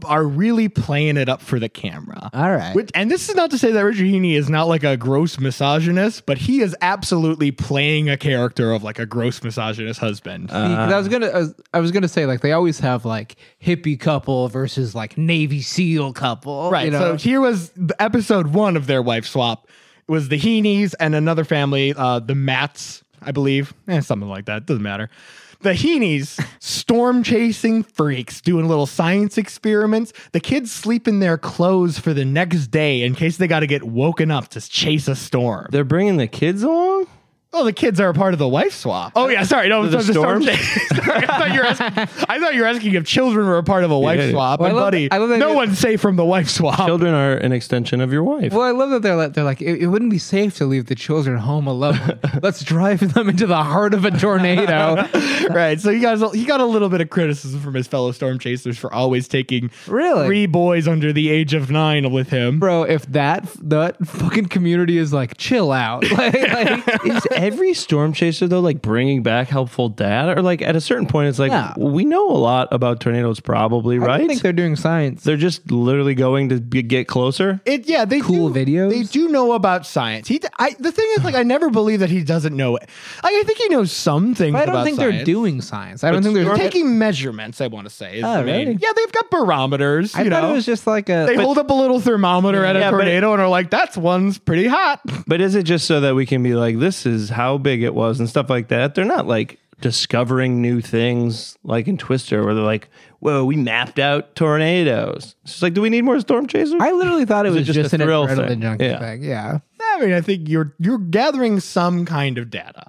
S5: are really playing it up for the camera.
S6: All right.
S5: Which, and this is not to say that Richard Heaney is not like a gross misogynist, but he is absolutely playing a character of like a gross misogynist husband.
S6: I
S4: Uh-huh.
S6: was gonna, I was, I was gonna say like they always have like hippie couple versus like Navy SEAL couple,
S5: right.
S6: You know?
S5: So here was the episode one of their wife swap It was the Heaneys and another family, uh, the Mats, I believe, eh, something like that. Doesn't matter. The Heaneys, storm chasing freaks, doing little science experiments. The kids sleep in their clothes for the next day in case they got to get woken up to chase a storm.
S4: They're bringing the kids along.
S5: Oh, the kids are a part of the wife swap. Oh yeah, sorry, no,
S4: The
S5: the storm.
S4: storm?
S5: Sorry, I thought you were asking. I thought you were asking if children were a part of a wife
S4: Yeah.
S5: swap.
S6: Well, I
S5: and
S6: love-
S5: buddy,
S6: I love that
S5: no
S6: you-
S5: one's safe from the wife swap.
S4: Children are an extension of your wife.
S6: Well, I love that they're like, they're like it, it wouldn't be safe to leave the children home alone. Let's drive them into the heart of a tornado.
S5: right. So he got a- he got a little bit of criticism from his fellow storm chasers for always taking
S6: Really?
S5: three boys under the age of nine with him.
S6: Bro, if that that fucking community is like, chill out. Like, like,
S4: is every storm chaser though like bringing back helpful dad or like at a certain point it's like
S6: Yeah.
S4: we know a lot about tornadoes probably
S6: I
S4: right
S6: don't think they're doing science.
S4: they're just literally going to be, get closer
S5: It yeah they
S6: Cool
S5: do,
S6: videos?
S5: They do know about science. He d- I the thing is like I never believe that he doesn't know it. Like, I think he knows some things.
S6: But I don't
S5: about
S6: think they're
S5: science.
S6: doing science. I don't
S4: But
S6: think
S5: They're
S6: they're
S5: taking measurements. I want to say. Is
S6: Oh,
S5: the main-
S6: really?
S5: Yeah, they've got barometers.
S6: I
S5: you
S6: thought
S5: know?
S6: it was just like a.
S5: They
S6: but-
S5: hold up a little thermometer at a
S4: Yeah, but it-
S5: tornado and are like, "That's one's pretty hot."
S4: but is it just so that we can be like this is how big it was and stuff like that they're not like discovering new things like in twister where they're like whoa we mapped out tornadoes it's just like do we need more storm chasers
S6: I literally thought it
S4: Is it
S6: was
S4: just
S6: just, an
S4: a thrill
S6: adrenaline
S4: thing?
S6: junkie
S4: Yeah.
S6: thing. Yeah.
S5: I mean, I think you're you're gathering some kind of data.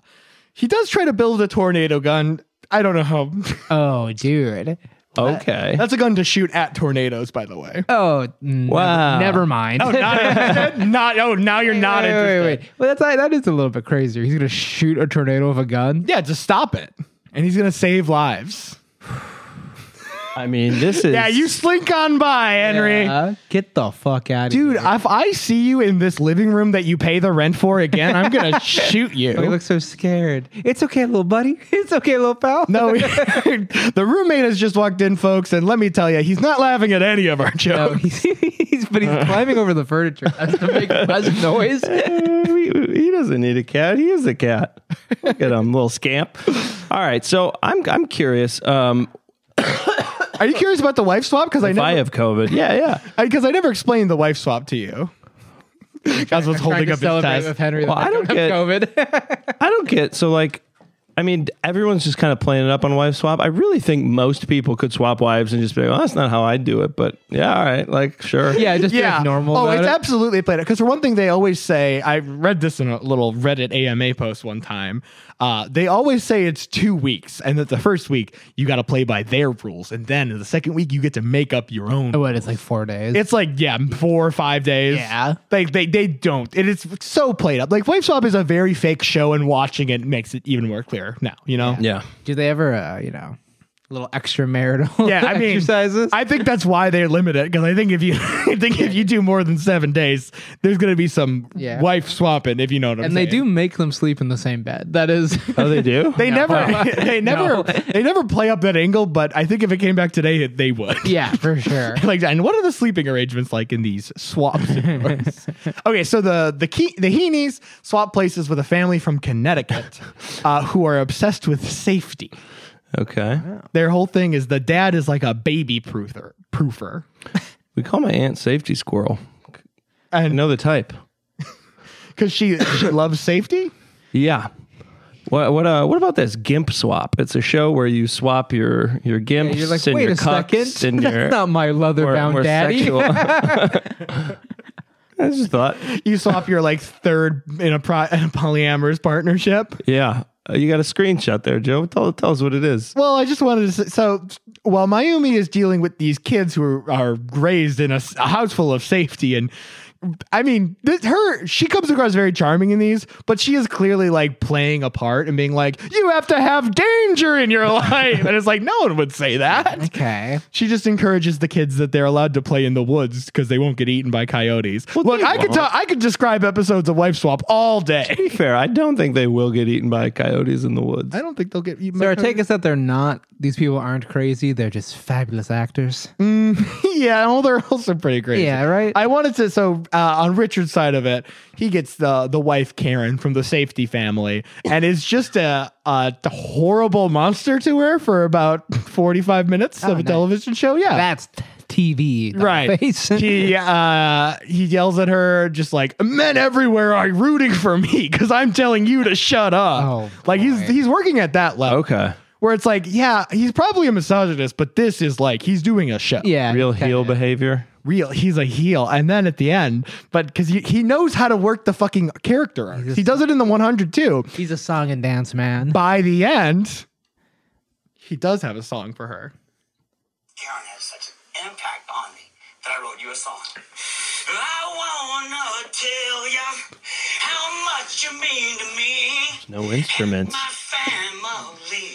S5: He does try to build a tornado gun. I don't know how.
S6: Oh, dude.
S4: okay
S5: That's a gun to shoot at tornadoes, by the way.
S6: Oh, n-
S4: Wow.
S6: Never mind. Oh,
S5: Not interested? Not. Oh, now you're not
S6: wait,
S5: interested.
S6: wait, wait. Well, that's like- that is a little bit crazier. He's gonna shoot a tornado with a gun.
S5: Yeah, just stop it. And he's gonna save lives.
S4: i mean this is
S5: Yeah, you slink on by, Henry.
S6: Yeah. Uh, Get the fuck out,
S5: Dude,
S6: of here.
S5: if I see you in this living room that you pay the rent for again, I'm gonna shoot you.
S6: Oh, you look so scared. It's okay, little buddy. It's okay, little pal.
S5: No, we- the roommate has just walked in, folks, and let me tell you, he's not laughing at any of
S6: No,
S5: our jokes.
S6: he's, he's but he's climbing over the furniture. That's the big buzz noise.
S4: Uh, we- we- he doesn't need a cat. He is a cat. Look at him, little scamp. All right, so I'm I'm curious. Um,
S5: Are you curious about the wife swap? Because I
S4: if
S5: never,
S4: I have COVID, yeah, yeah.
S5: because I, never explained the wife swap to you. Guys was holding up his
S6: celebrate
S5: test.
S6: with Henry.
S4: Well,
S6: that
S4: I don't get-
S6: have COVID.
S4: I don't get so like. I mean, everyone's just kind of playing it up on wife swap. I really think most people could swap wives and just be like, "Well, that's not how I do it," but yeah, all right, like sure,
S6: yeah, just yeah.
S5: Yeah.
S6: normal.
S5: Oh,
S6: about
S5: it's
S6: it.
S5: absolutely played Because for one thing, they always say I read this in a little Reddit AMA post one time. Uh, they always say it's two weeks, and that the first week you got to play by their rules, and then in the second week you get to make up your own.
S6: What? It's like four days.
S5: It's like yeah, four or five days.
S6: Yeah.
S5: like they they don't. It is so played up. Like Wife Swap is a very fake show, and watching it makes it even more clear. here now, you know?
S4: Yeah.
S6: Do they ever, uh, you know, little extramarital
S5: Yeah, I mean,
S6: exercises?
S5: I think that's why they limit it because I think if you I think if you do more than seven days, there's going to be some
S6: Yeah.
S5: wife swapping. If you know what I'm
S6: and
S5: saying.
S6: they do make them sleep in the same bed. That is,
S4: Oh, they do?
S5: They
S6: No.
S5: never, they never,
S6: No.
S5: they never play up that angle. But I think if it came back today, they would.
S6: yeah, for sure.
S5: like, and what are the sleeping arrangements like in these swaps? okay, so the the key the Heaney's swap places with a family from Connecticut, uh, who are obsessed with safety.
S4: okay.
S5: Their whole thing is the dad is like a baby proofer, proofer,
S4: We call my aunt Safety Squirrel. I
S5: and
S4: know the type.
S5: because she she loves safety.
S4: Yeah. What what uh what about this gimp swap? It's a show where you swap your your gimps
S6: You're like,
S4: and
S6: wait
S4: your
S6: a second.
S4: cucks and your
S6: That's not my leather
S4: more-
S6: bound
S4: more
S6: daddy.
S4: sexual- I just thought,
S5: You swap your like third in a, pro, in a polyamorous partnership.
S4: yeah, Uh, you got a screenshot there, Joe. Tell tell us what it is.
S5: Well, I just wanted to say, so while Mayumi is dealing with these kids who are, are raised in a, s- a house full of safety and I mean, this, her she comes across very charming in these, but she is clearly like playing a part and being like, "You have to have danger in your life," and it's like no one would say that.
S6: Okay.
S5: She just encourages the kids that they're allowed to play in the woods because they won't get eaten by coyotes. Look,
S4: they
S5: I could
S4: won't.
S5: tell, I could describe episodes of Wife Swap all day.
S4: To be fair, I don't think they will get eaten by coyotes in the woods.
S5: I don't think they'll get eaten.
S6: So
S5: by
S6: our take
S4: uh,
S5: coyotes.
S6: is that they're not, these people aren't crazy. They're just fabulous actors.
S4: Mm.
S5: yeah, well, they're also pretty crazy.
S6: Yeah, right?
S5: I wanted to. So uh, on Richard's side of it, he gets the the wife Karen from the safety family, and is just a, a horrible monster to her for about forty five minutes of a
S6: Oh, nice.
S5: television show. Yeah,
S6: That's TV.
S5: right.
S6: Face.
S5: he uh, he yells at her just like men everywhere are rooting for me because I'm telling you to shut up.
S6: Oh,
S5: like he's
S6: boy.
S5: he's working at that level.
S4: Okay,
S5: Where it's like, yeah, he's probably a misogynist, but this is like he's doing a show
S6: yeah.
S4: real heel
S6: kinda.
S4: behavior.
S5: real. He's a heel. And then at the end, but because he, he knows how to work the fucking character arc.
S6: He's a-
S5: He does it in the 100 too.
S6: He's a song and dance man.
S5: By the end, he does have a song for her.
S1: Karen has such an impact on me that I wrote you a song. I wanna tell ya how much you mean to me.
S4: No instruments.
S1: My family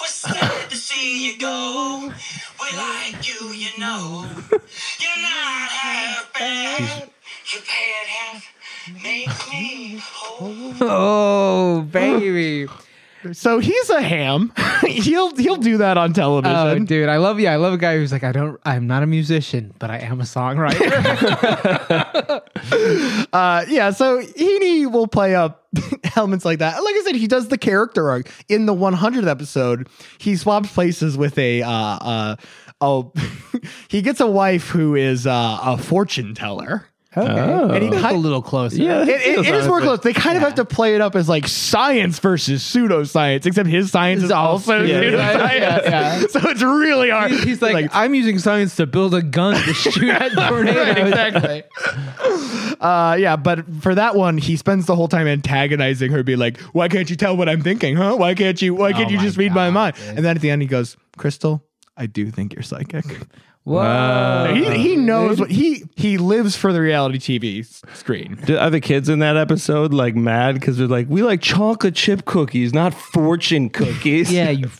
S1: was sad to see you go. We like you, you know. You're not half bad. Your bad half makes me whole.
S6: Oh, baby.
S5: So he's a ham. he'll he'll do that on
S6: oh,
S5: television.
S6: dude. I love you. I love a guy who's like, I don't, I'm not a musician, but I am a songwriter.
S5: uh, yeah, so Heaney will play up elements like that. Like I said, he does the character arc in the 100th episode. He swaps places with a uh, uh, oh, he gets a wife who is uh, a fortune teller.
S4: Oh.
S6: And he got a little closer.
S4: Yeah,
S5: It- it- it is more
S4: honestly-
S5: close. They kind of have to play it up as like science versus pseudoscience, except his science is also
S4: yeah,
S5: pseudoscience.
S6: yeah, yeah.
S5: So it's really hard.
S6: He's like, I'm using science to build a gun to shoot at tornadoes.
S5: Right, exactly. uh, yeah, but for that one, he spends the whole time antagonizing her, be like, "Why can't you tell what I'm thinking, huh? Why can't you? Why can't
S6: Oh
S5: you
S6: my
S5: just read my
S6: God,
S5: mind?"
S6: dude.
S5: And then at the end, he goes, "Crystal." I do think you're psychic.
S6: Whoa. Uh,
S4: Wow.
S5: he, he knows what he he lives for the reality TV s- screen.
S4: Do- Are the kids in that episode like mad because they're like, we like chocolate chip cookies, not fortune cookies?
S6: Yeah, you.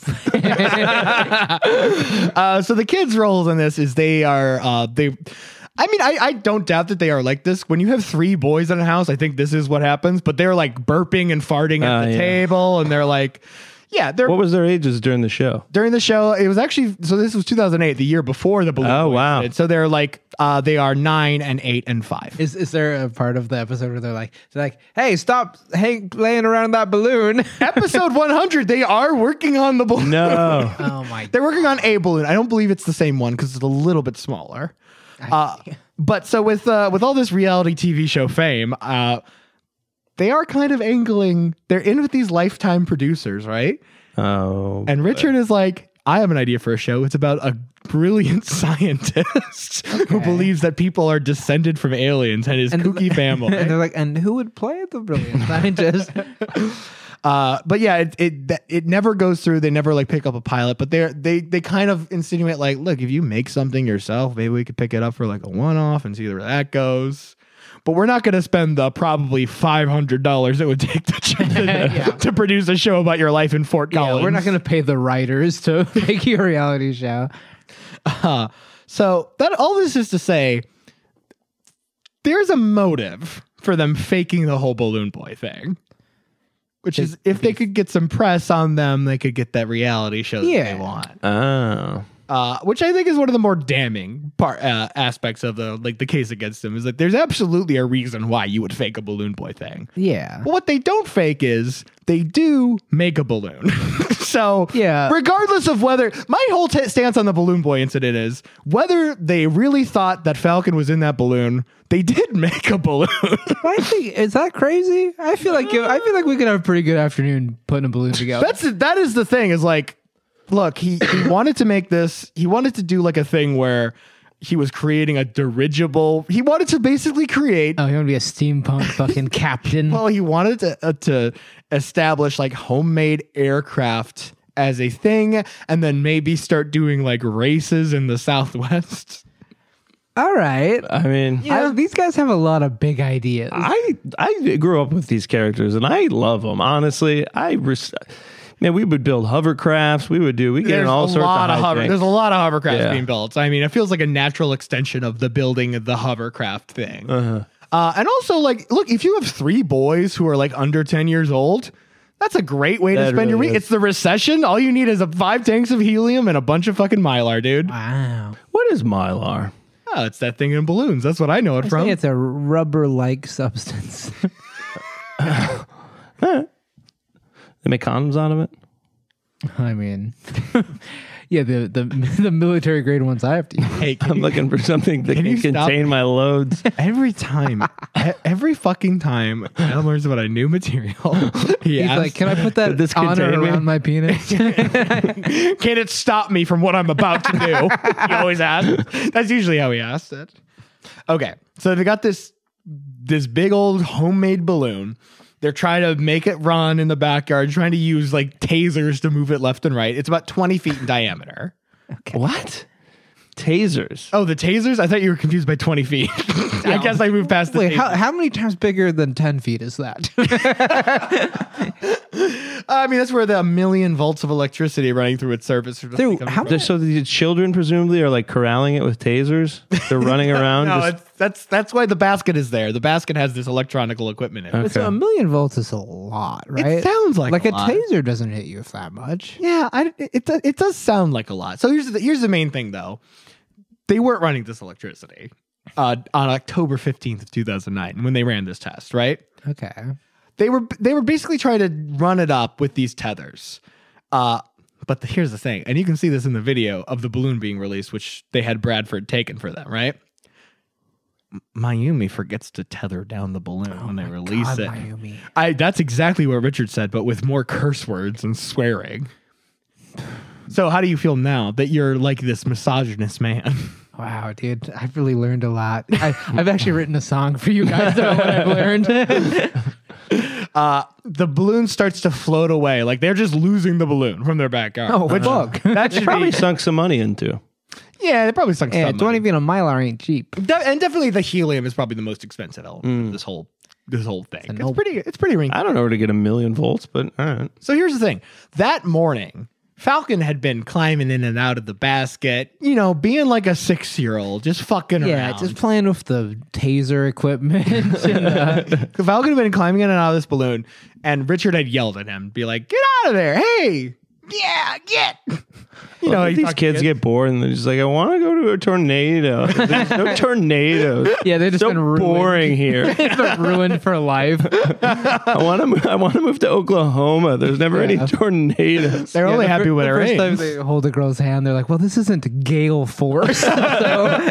S5: Uh, so the kids' roles in this is they are uh, they. I mean, I, I don't doubt that they are like this. When you have three boys in a house, I think this is what happens. But they're like burping and farting at
S4: Oh,
S5: the
S4: yeah.
S5: table, and they're like, yeah, they're
S4: What was their ages during the show?
S5: during the show. It was actually so this was 2008, the year before the balloon.
S4: Oh,
S5: boy
S4: wow.
S5: incident. So they're like uh, they are nine and eight and five.
S6: is is there a part of the episode where they're like, they're like, hey, stop hang, playing around that balloon?
S5: Episode 100, they are working on the balloon.
S4: No.
S6: oh my!
S5: They're working on a balloon. I don't believe it's the same one because it's a little bit smaller. Uh, but so with uh, with all this reality TV show fame, uh, they are kind of angling. They're in with these lifetime producers, right?
S4: oh.
S5: And Richard is like, I have an idea for a show. It's about a brilliant scientist who believes that people are descended from aliens and his kooky
S6: and they're
S5: family.
S6: like, and who would play the brilliant scientist?
S5: Uh, but yeah, it it, that, it never goes through. They never like pick up a pilot, but they they they kind of insinuate like, look, if you make something yourself, maybe we could pick it up for like a one off and see where that goes. but we're not going to spend the probably five hundred dollars it would take to, to, to produce a show about your life in Fort
S6: Yeah,
S5: Collins.
S6: we're not going to pay the writers to make you a reality show.
S5: So that all this is to say, there's a motive for them faking the whole balloon boy thing, which is if they could get some press on them, they could get that reality show that
S6: Yeah.
S5: they want.
S4: Oh.
S5: Uh, which I think is one of the more damning part uh, aspects of the like the case against them is like there's absolutely a reason why you would fake a balloon boy thing.
S6: Yeah.
S5: But what they don't fake is they do make a balloon. so,
S6: Yeah.
S5: regardless of whether my whole t- stance on the balloon boy incident is whether they really thought that Falcon was in that balloon, they did make a balloon.
S6: I think is that crazy? I feel like if- I feel like we could have a pretty good afternoon putting a balloon together.
S5: That's that is the thing is like look, he, he wanted to make this, he wanted to do like a thing where he was creating a dirigible. He wanted to basically create
S6: oh, you want to be a steampunk fucking captain?
S5: Well, he wanted to uh, to establish like homemade aircraft as a thing, and then maybe start doing like races in the Southwest.
S6: All right.
S4: I mean,
S6: I- these guys have a lot of big ideas.
S4: I I grew up with these characters and I love them. Honestly, I res- man, we would build hovercrafts. We would do we get in all sorts
S5: lot
S4: of,
S5: of hover.
S4: hijinks.
S5: There's a lot of hovercrafts
S4: Yeah.
S5: being built. I mean, it feels like a natural extension of the building of the hovercraft thing. Uh-huh. and also, like, look, if you have three boys who are like under ten years old. That's a great way to
S4: That
S5: spend your
S4: really
S5: week.
S4: is.
S5: It's the recession. All you need is a five tanks of helium and a bunch of fucking mylar, dude.
S6: Wow.
S4: What is mylar?
S5: Oh, it's that thing in balloons. That's what I know it
S6: I
S5: from.
S6: think it's a rubber-like substance.
S4: They make condoms out of it.
S6: I mean, yeah, the the the military grade ones I have to use.
S5: Hey,
S4: I'm looking for something that
S5: Can
S4: can,
S5: you stop?
S4: contain my loads.
S5: Every time, e- every fucking time, Adam learns about a new material. He
S6: He's
S5: asks,
S6: like, can I put that
S4: Did this
S6: honor
S4: contain me?"
S6: around my penis?
S5: "Can it stop me from what I'm about to do?" he always asks. That's usually how he asks it. Okay, so they got this this big old homemade balloon. They're trying to make it run in the backyard, trying to use like tasers to move it left and right. It's about twenty feet in diameter.
S4: What? Tasers.
S5: Oh, the tasers! I thought you were confused by twenty feet. I guess I moved past the.
S6: Wait,
S5: tasers.
S6: how how many times bigger than ten feet is that?
S5: I mean, that's where the million volts of electricity running through its surface. would
S6: Dude,
S5: come
S6: how
S5: from.
S4: There's so the children presumably are like corralling it with tasers. They're running around.
S5: No,
S4: just,
S5: it's, that's that's why the basket is there. The basket has this electronical equipment in it.
S4: Okay.
S6: So a million volts is a lot, Uh, right?
S5: sounds like
S6: like a,
S5: a lot.
S6: taser doesn't hit you if that much.
S5: Yeah, I, it do- it does sound like a lot. So here's the here's the main thing though. They weren't running this electricity uh, on October fifteenth of two thousand nine when they ran this test, right?
S6: Okay.
S5: They were they were basically trying to run it up with these tethers. Uh, but the, here's the thing, and you can see this in the video of the balloon being released, which they had Bradford taken for them, right? M- Mayumi forgets to tether down the balloon when they release
S6: Oh God,
S5: it.
S6: Mayumi.
S5: I that's exactly what Richard said, but with more curse words and swearing. So how do you feel now that you're like this misogynist man?
S6: Wow, dude, I've really learned a lot. I, I've actually written a song for you guys about what I've learned.
S5: The balloon starts to float away, like they're just losing the balloon from their backyard.
S6: oh,
S5: Which-
S6: fuck.
S5: that should
S4: probably
S5: be
S4: sunk some money into.
S5: yeah, they probably sunk
S6: Yeah,
S5: some
S6: Eh, don't
S5: money.
S6: even a mylar ain't cheap.
S5: De- and definitely the helium is probably the most expensive element of this whole this whole thing. Mm. It's,
S6: noble-
S5: pretty it's pretty rinky.
S4: I don't know where to get a million volts, but all right.
S5: So here's the thing. That morning, Falcon had been climbing in and out of the basket, you know, being like a six year old, just fucking
S6: Yeah,
S5: around.
S6: just playing with the taser equipment. and, uh,
S5: The Falcon had been climbing in and out of this balloon, and Richard had yelled at him, be like, get out of there. Hey, yeah, get. You know,
S4: Well,
S5: he
S4: these
S5: fucking
S4: kids
S5: is.
S4: get bored and they're just like, I want to go to a tornado. There's no tornadoes.
S6: yeah, they just
S4: so
S6: been ruined.
S4: boring here.
S6: They've been ruined for life.
S4: I want to. I want to move to Oklahoma. There's never any tornadoes.
S5: They're only
S6: Yeah, the
S5: happy
S6: fir-
S5: when
S6: the
S5: it
S6: first time
S5: rains.
S6: they hold a girl's hand, they're like, "Well, this isn't gale force." so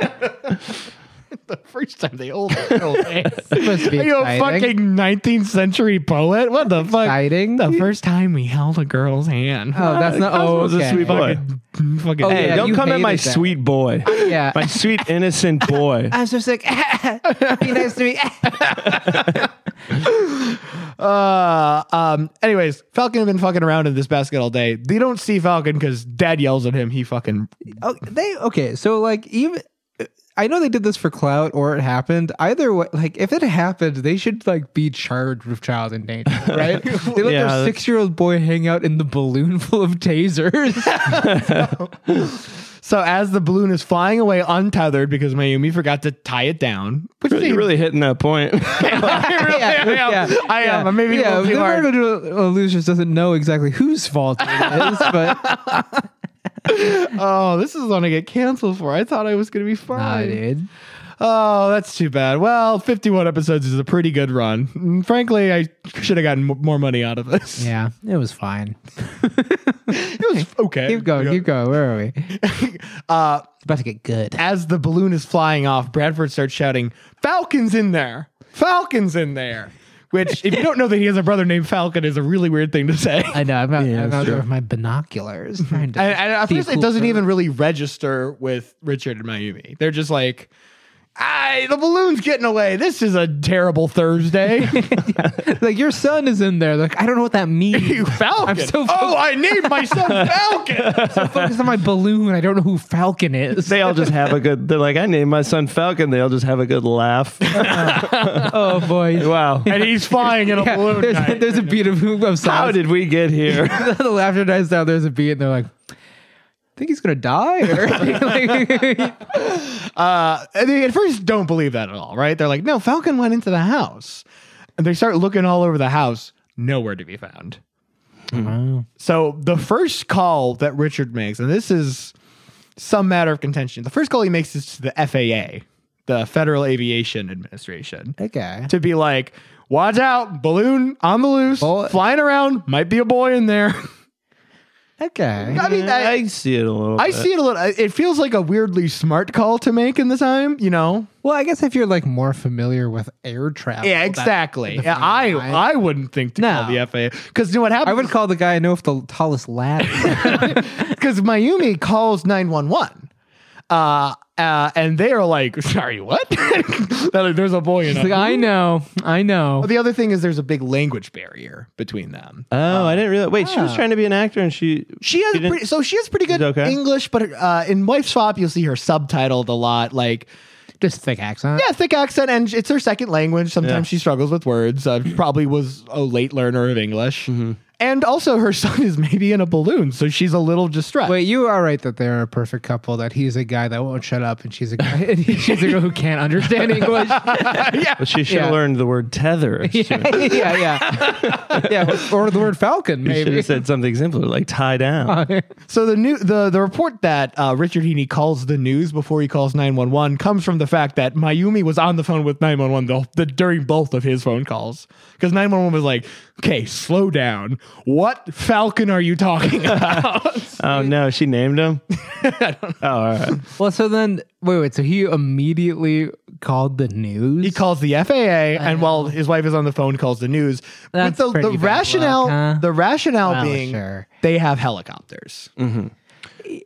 S5: the first time they hold their girl's hand.
S6: it must be
S5: Are you a
S6: exciting.
S5: fucking 19th century poet? What the fuck?
S6: Exciting.
S5: The first time we held a girl's hand.
S6: Oh, that's not.
S4: Cosmo's
S6: Oh,
S4: a
S6: okay.
S4: sweet boy.
S5: Fucking, fucking
S6: Oh,
S4: Hey,
S6: yeah,
S4: don't
S6: you
S4: come at my
S6: hated that.
S4: sweet boy,
S6: Yeah.
S4: my sweet innocent boy.
S6: I'm so sick. Be nice to me.
S5: Uh, um, anyways, Falcon had been fucking around in this basket all day. They don't see Falcon because dad yells at him. He fucking
S6: oh, they okay. So like even I know they did this for clout or it happened. Either way, like if it happened, they should like be charged with child endangerment, right? they let
S4: Yeah,
S6: their
S4: that's-
S6: six year old boy hang out in the balloon full of tasers.
S5: So as the balloon is flying away untethered because Mayumi forgot to tie it down, which
S4: You're
S5: seems-
S4: really hitting that point.
S5: I really am. I am. I'm maybe a
S6: yeah.
S5: little too
S6: The
S5: hard.
S6: American Illusions doesn't know exactly whose fault it is, but
S5: Oh, this is what I get canceled for. I thought I was going to be
S6: I
S5: fine.
S6: did.
S5: oh, that's too bad. Well, 51 episodes is a pretty good run. Mm, Frankly, I should have gotten m- more money out of this.
S6: Yeah, it was fine.
S5: It was okay.
S6: Keep going,
S5: Yeah.
S6: keep going. Where are we? uh, it's about to get good.
S5: As the balloon is flying off, Bradford starts shouting, "Falcon's in there! Falcon's in there!" Which, if you don't know that he has a brother named Falcon, is a really weird thing to say.
S6: I know. I'm out,
S4: Yeah,
S6: I'm
S4: that's
S6: out there
S4: true.
S6: with my binoculars. Trying to
S5: And, and at
S6: see a
S5: first, it
S6: cool
S5: doesn't
S6: bird.
S5: even really register with Richard and Mayumi. They're just like, "I the balloon's getting away. This is a terrible Thursday."
S6: like your son is in there. Like I don't know what that
S5: you
S6: means.
S5: Falcon.
S6: I'm so
S5: oh, I need my son Falcon.
S6: I'm focused on my balloon. I don't know who Falcon is.
S4: they all just have a good. They're like, I named my son Falcon. They all just have a good laugh.
S6: oh boy.
S4: wow.
S5: and he's flying in a
S6: Yeah,
S5: balloon.
S6: there's,
S5: night.
S6: there's a beat of of
S4: How
S6: songs.
S4: did we get here?
S6: the laughter dies down? There's a beat, and they're like, "I think he's gonna die." Or like,
S5: And they at first don't believe that at all, right? They're like, "No, Falcon went into the house," and they start looking all over the house. Nowhere to be found. So the first call that Richard makes, and this is some matter of contention, the first call he makes is to the FAA, the Federal Aviation Administration,
S6: okay.
S5: to be like, watch out, balloon on the loose,
S6: Boy-
S5: flying around, might be a boy in there.
S6: Okay.
S5: I mean, I,
S4: see it a little.
S5: I
S4: bit.
S5: see it a little, it feels like a weirdly smart call to make in the time, you know?
S6: Well, I guess if you're like more familiar with air travel,
S5: Yeah,
S6: that-
S5: exactly.
S6: the
S5: Yeah,
S6: thing,
S5: I,
S6: right?
S5: I wouldn't think to
S6: No.
S5: call the FAA because you know what happens?
S6: I would call the guy I know if the tallest ladder.
S5: because Mayumi calls 911. Uh, uh, and they are like, sorry, what? They're like, There's a boy
S6: It's
S5: in
S6: like,
S5: it.
S6: I know, I know.
S5: The other thing is there's a big language barrier between them.
S4: Oh, I didn't realize. Wait, she was
S6: yeah.
S4: trying to be an actor, and she
S5: She has
S4: didn't-
S5: pretty, so she has pretty good
S4: She's okay?
S5: English, but uh, in Wife Swap you'll see her subtitled a lot. Like,
S6: Just thick accent.
S5: yeah, thick accent, and it's her second language. Sometimes she
S4: Yeah.
S5: struggles with words. Uh, probably was a late learner of English, and also her son is maybe in a balloon, so she's a little distressed.
S6: Wait, you are right that they're a perfect couple. That he's a guy that won't shut up, and she's a guy, and she's a girl who can't understand English.
S4: Well, she should have
S6: Yeah.
S4: learned the word tether. She
S6: yeah, yeah, yeah. Or the word falcon,
S4: should
S6: maybe.
S4: have said something simpler, like tie down.
S5: So the new the the report that uh, Richard Heaney calls the news before he calls nine one one comes from the fact that Mayumi was on the phone with nine one one the, the during both of his phone calls because nine one one was like, "Okay, slow down. What Falcon are you talking about?"
S4: oh no, she named him. Oh, all right.
S6: well, so then wait, wait. So he immediately called the news.
S5: he calls the FAA, and while his wife is on the phone, calls the news.
S6: That's
S5: with the,
S6: pretty
S5: the
S6: bad
S5: rationale,
S6: luck, huh?
S5: the rationale
S6: Well,
S5: being
S6: sure.
S5: they have helicopters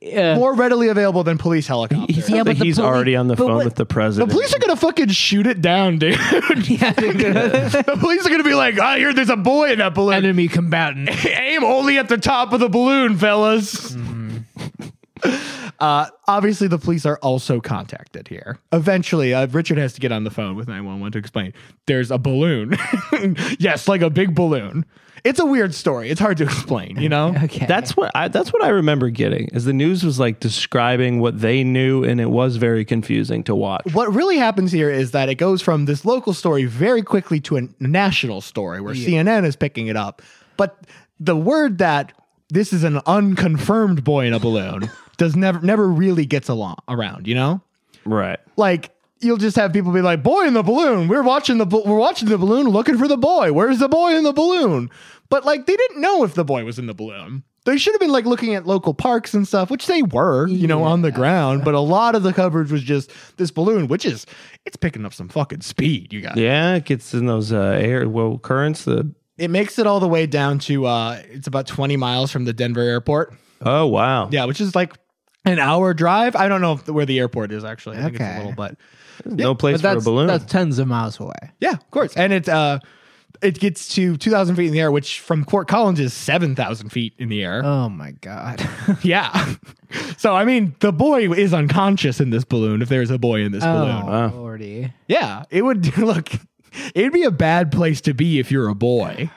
S6: Yeah.
S5: more readily available than police helicopters.
S4: Sounds
S6: but
S4: like
S6: the
S4: he's
S6: poli-
S4: already on the
S6: but
S4: phone
S6: what-
S4: with the president.
S5: The police are gonna fucking shoot it down, dude.
S6: yeah.
S5: the police are gonna be like, I hear there's a boy in that balloon.
S6: enemy combatant.
S5: aim only at the top of the balloon, fellas. Mm-hmm. Uh, obviously, the police are also contacted here. Eventually, uh, Richard has to get on the phone with 911 to explain there's a balloon. yes, like a big balloon. It's a weird story. It's hard to explain, you know?
S6: Okay.
S4: That's what I. That's what I remember getting. Is the news was like describing what they knew, and it was very confusing to watch.
S5: What really happens here is that it goes from this local story very quickly to a national story where CNN is picking it up. But the word that this is an unconfirmed boy in a balloon does never never really gets along around, you know?
S4: Right.
S5: Like you'll just have people be like, "Boy in the balloon. We're watching the bu- we're watching the balloon looking for the boy. Where's the boy in the balloon?" But like they didn't know if the boy was in the balloon. They should have been like looking at local parks and stuff, which they were, you know, on the ground, but a lot of the coverage was just this balloon, which is it's picking up some fucking speed, you guys.
S4: Yeah, it gets in those uh, air well currents. The
S5: It makes it all the way down to uh it's about 20 miles from the Denver airport.
S4: oh wow.
S5: Yeah, which is like an hour drive. I don't know if, where the airport is actually. I think it's a
S6: Okay.
S5: little but
S4: no place
S6: But
S4: for a
S6: that's
S4: balloon.
S6: that's tens of miles away.
S5: Yeah, of course. And it's uh it gets to 2,000 feet in the air, which from Court Collins is 7,000 feet in the air.
S6: Oh my god.
S5: Yeah. so, I mean, the boy is unconscious in this balloon if there's a boy in this
S6: oh
S5: balloon.
S4: Wow.
S6: lordy.
S5: Yeah. It would look, it'd be a bad place to be if you're a boy.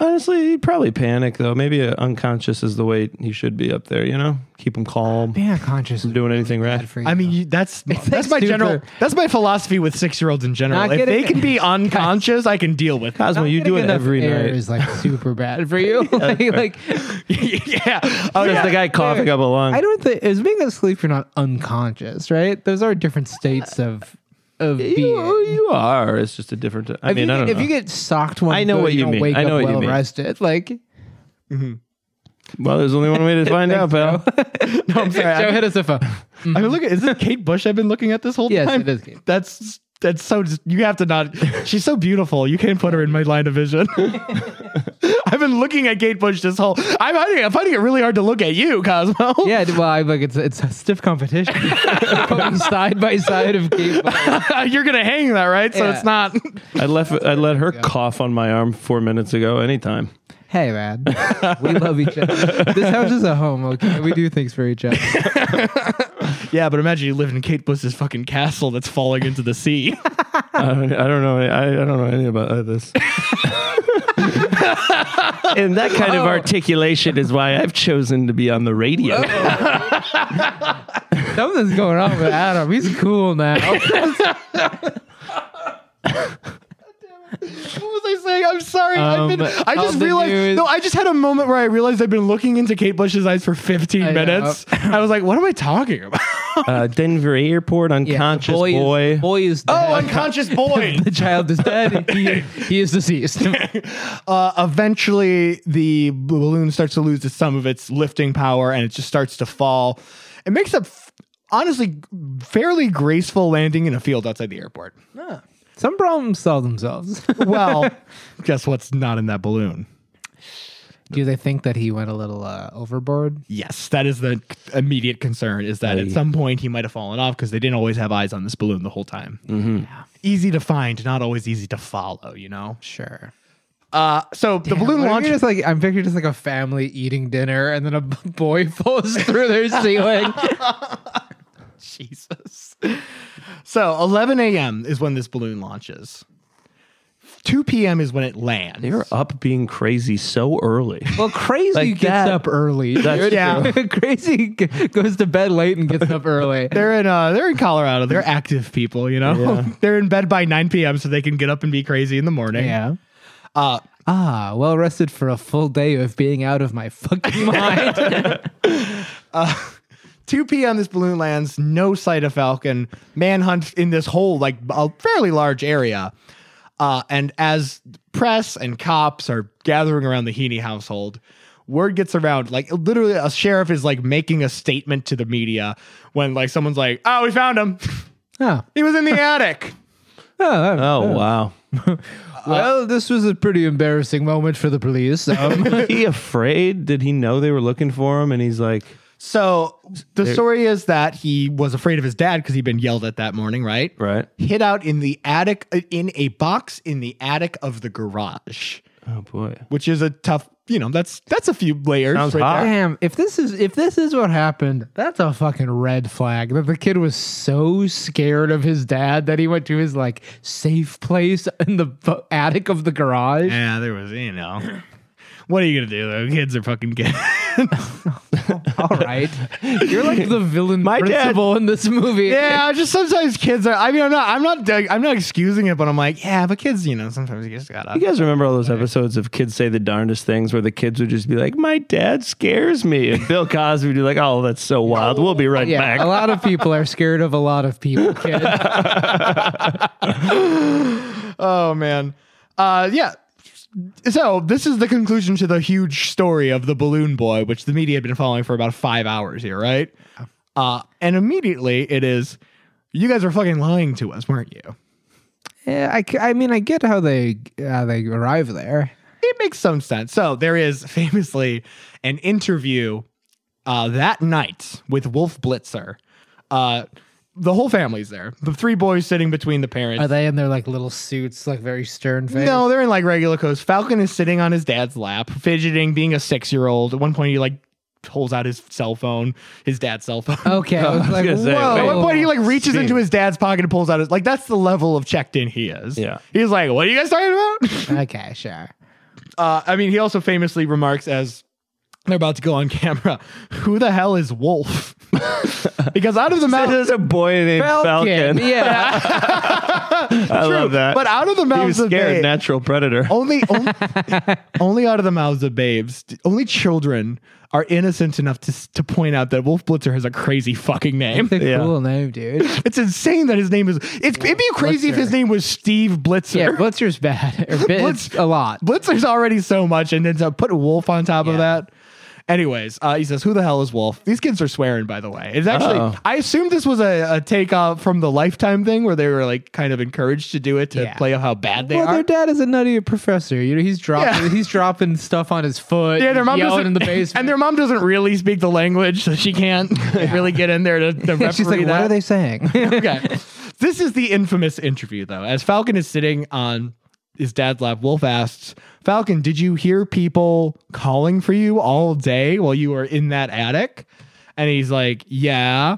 S4: Honestly, he'd probably panic though. Maybe uh, unconscious is the way he should be up there. You know, keep him calm.
S6: Being unconscious. is
S4: Doing anything
S6: bad
S4: right.
S6: for you.
S5: I mean, you, that's that's my
S6: stupid.
S5: general that's my philosophy with six year olds in general.
S6: Not
S5: if
S6: getting-
S5: they can be unconscious, I can deal with. It.
S4: Cosmo, you
S6: Getting
S4: do it
S6: enough
S4: every
S6: air
S4: night.
S6: is like super bad for you. like, like
S5: yeah. Oh,
S4: There's
S5: yeah.
S4: the guy coughing up a lung.
S6: I don't think is being asleep. You're not unconscious, right? Those are different states of of being.
S4: you, you are. It's just a different. I
S6: if
S4: mean,
S6: you,
S4: I
S6: get-
S4: don't
S6: if
S4: know.
S6: you get socked one,
S4: I know
S6: go,
S4: what you
S6: don't
S4: mean.
S6: Wake
S4: I know
S6: up
S4: what you
S6: well
S4: mean.
S6: Rested, like
S4: well, there's only one way to find out, pal.
S5: No, I'm sorry.
S6: Joe
S5: I,
S6: hit us a phone.
S5: I mean, look at is this Kate Bush I've been looking at this whole
S6: Yes,
S5: time?
S6: it is Kate.
S5: That's that's so. You have to not. She's so beautiful. You can't put her in my line of vision. I've been looking at Kate Bush this whole. I'm finding, I'm finding it really hard to look at you, Cosmo.
S6: Yeah, well, I like it's it's a stiff competition. Put me side by side of Kate. Bush.
S5: you're gonna hang that right, so
S6: Yeah.
S5: it's not.
S4: I left. I let her cough on my arm four minutes ago. Anytime.
S6: Hey, man, we love each other. This house is a home. Okay, we do things for each other.
S5: yeah, but imagine you live in Kate Bush's fucking castle that's falling into the sea.
S4: I don't, I don't know. I, I don't know anything about uh, this. and that kind
S6: Oh.
S4: of articulation is why I've chosen to be on the radio.
S6: Oh. Something's going on with Adam. He's cool
S4: Oh,
S6: now.
S5: What was I saying? I'm sorry. I've been,
S6: Um,
S5: I
S6: on
S5: just
S6: the
S5: realized.
S6: news-
S5: No, I just had a moment where I realized I've been looking into Kate Bush's eyes for 15
S6: I know.
S5: minutes. I was like, what am I talking about?
S4: Uh, Denver Airport,
S6: Yeah, the
S4: unconscious
S6: boy,
S4: boy.
S6: Is, boy is
S5: oh,
S6: dead.
S5: unconscious boy.
S6: the child is dead. He, he is deceased.
S5: Uh, eventually, the balloon starts to lose some of its lifting power and it just starts to fall. It makes a, f- honestly, fairly graceful landing in a field outside the airport.
S6: Some problems solve themselves.
S5: Well, guess what's not in that balloon?
S6: do they think that he went a little uh, overboard?
S5: Yes, that is the immediate concern is that at some point he might have fallen off because they didn't always have eyes on this balloon the whole time. Easy to find, not always easy to follow, you know?
S6: Sure.
S5: Uh, so the balloon
S6: What if you're
S5: launches.
S6: Just like I'm picturing just like a family eating dinner, and then a b- boy falls through their ceiling.
S5: Jesus. So 11 a.m. is when this balloon launches. 2 p.m. is when it lands.
S4: You're up being crazy so early.
S6: well, crazy
S4: Like
S6: gets
S4: that-
S6: up early. dude.
S5: Yeah.
S6: crazy g- goes to bed late and gets up early.
S5: They're in uh, they're in Colorado. They're active people, you know. they're in bed by 9 p.m. so they can get up and be crazy in the morning.
S6: yeah. ah, well rested for a full day of being out of my fucking mind.
S5: 2 p.m. This balloon lands. No sight of Falcon. Manhunt in this whole like a fairly large area. Uh, and as press and cops are gathering around the Heaney household, word gets around. Like literally, a sheriff is like making a statement to the media when like someone's like, "Oh, we found him.
S6: oh,
S5: He was in the attic."
S6: oh,
S4: Oh wow.
S6: Well, this was a pretty embarrassing moment for the police. Um,
S4: Was he afraid? Did he know they were looking for him? And he's like,
S5: So the story is that he was afraid of his dad because he'd been yelled at that morning, right?
S4: right.
S5: Hid out in the attic, uh, in a box in the attic of the garage.
S4: Oh boy.
S5: which is a tough. You know, that's that's a few layers.
S4: Sounds
S5: right
S4: hot.
S5: there.
S6: damn, if this is if this is what happened, that's a fucking red flag. That the kid was so scared of his dad that he went to his like safe place in the bu- attic of the garage.
S5: Yeah, there was. You know, what are you gonna do though? Kids are fucking kids.
S6: All right, you're like the villain
S4: My dad-
S6: principal in this movie.
S5: yeah, just sometimes kids are. I mean, I'm not. I'm not. I'm not excusing it, but I'm like, yeah, but kids. You know, sometimes you just gotta.
S4: You guys remember all those episodes of Kids Say the Darndest Things where the kids would just be like, My dad scares me. And Bill Cosby would be like, Oh, that's so wild. We'll be right
S6: Yeah,
S4: back.
S6: a lot of people are scared of a lot of people, kid.
S5: Oh man. Uh, yeah. So this is the conclusion to the huge story of the balloon boy, which the media had been following for about five hours here, right? Uh, and immediately it is, you guys were fucking lying to us, weren't you?
S6: yeah, I, c- I mean, I get how they how they arrive there.
S5: it makes some sense. So there is famously an interview uh, that night with Wolf Blitzer. Uh, the whole family's there. The three boys sitting between the parents.
S6: Are they in their like little suits, like very stern face?
S5: No, they're in like regular clothes. Falcon is sitting on his dad's lap, fidgeting, being a six year old. At one point, he like holds out his cell phone, his dad's cell phone.
S6: Okay. I was like,
S4: gonna say,
S6: whoa.
S5: At
S4: wait.
S5: one point, he like reaches
S4: Steve.
S5: into his dad's pocket and pulls out his like. That's the level of checked in he is.
S4: Yeah.
S5: he's like, "What are you guys talking
S6: Okay, sure.
S5: about?" Uh, I mean, he also famously remarks as they're about to go on camera, "Who the hell is Wolf?" because out of the mouth,
S4: There's a boy named Falcon.
S6: Yeah.
S4: I love that.
S5: but out of the Oh,
S4: he
S5: mouths
S4: was
S5: of
S4: scared.
S5: babes-
S4: Natural predator.
S5: only only, only out of the mouths of babes, only children are innocent enough to to point out that Wolf Blitzer has a crazy fucking name.
S6: It's a
S4: Yeah.
S6: cool name, dude.
S5: It's insane that his name is. It's, it'd be crazy if his
S6: Blitzer.
S5: name was Steve Blitzer.
S6: Yeah, Blitzer's bad. Or bit, it's
S5: Blitz-
S6: a lot.
S5: Blitzer's already so much, and then to put Wolf on top of that. Anyways, uh, he says, "Who the hell is Wolf?" These kids are swearing, by the way. It's actually,
S4: Uh-oh.
S5: I assume this was a, a take off from the Lifetime thing, where they were like kind of encouraged to do it to
S6: Yeah.
S5: play up how bad they
S6: well,
S5: are.
S6: their dad is a nutty professor. You know, he's dropping
S5: Yeah.
S6: he's dropping stuff on his foot.
S5: Yeah, their mom
S6: yelling
S5: doesn't,
S6: in the basement.
S5: and their mom doesn't really speak the language, so she can't really get in there to, to referee
S6: She's like,
S5: that.
S6: what are they saying?
S5: okay. This is the infamous interview, though. As Falcon is sitting on his dad's lap, Wolf asks, Falcon, did you hear people calling for you all day while you were in that attic? And he's like, Yeah.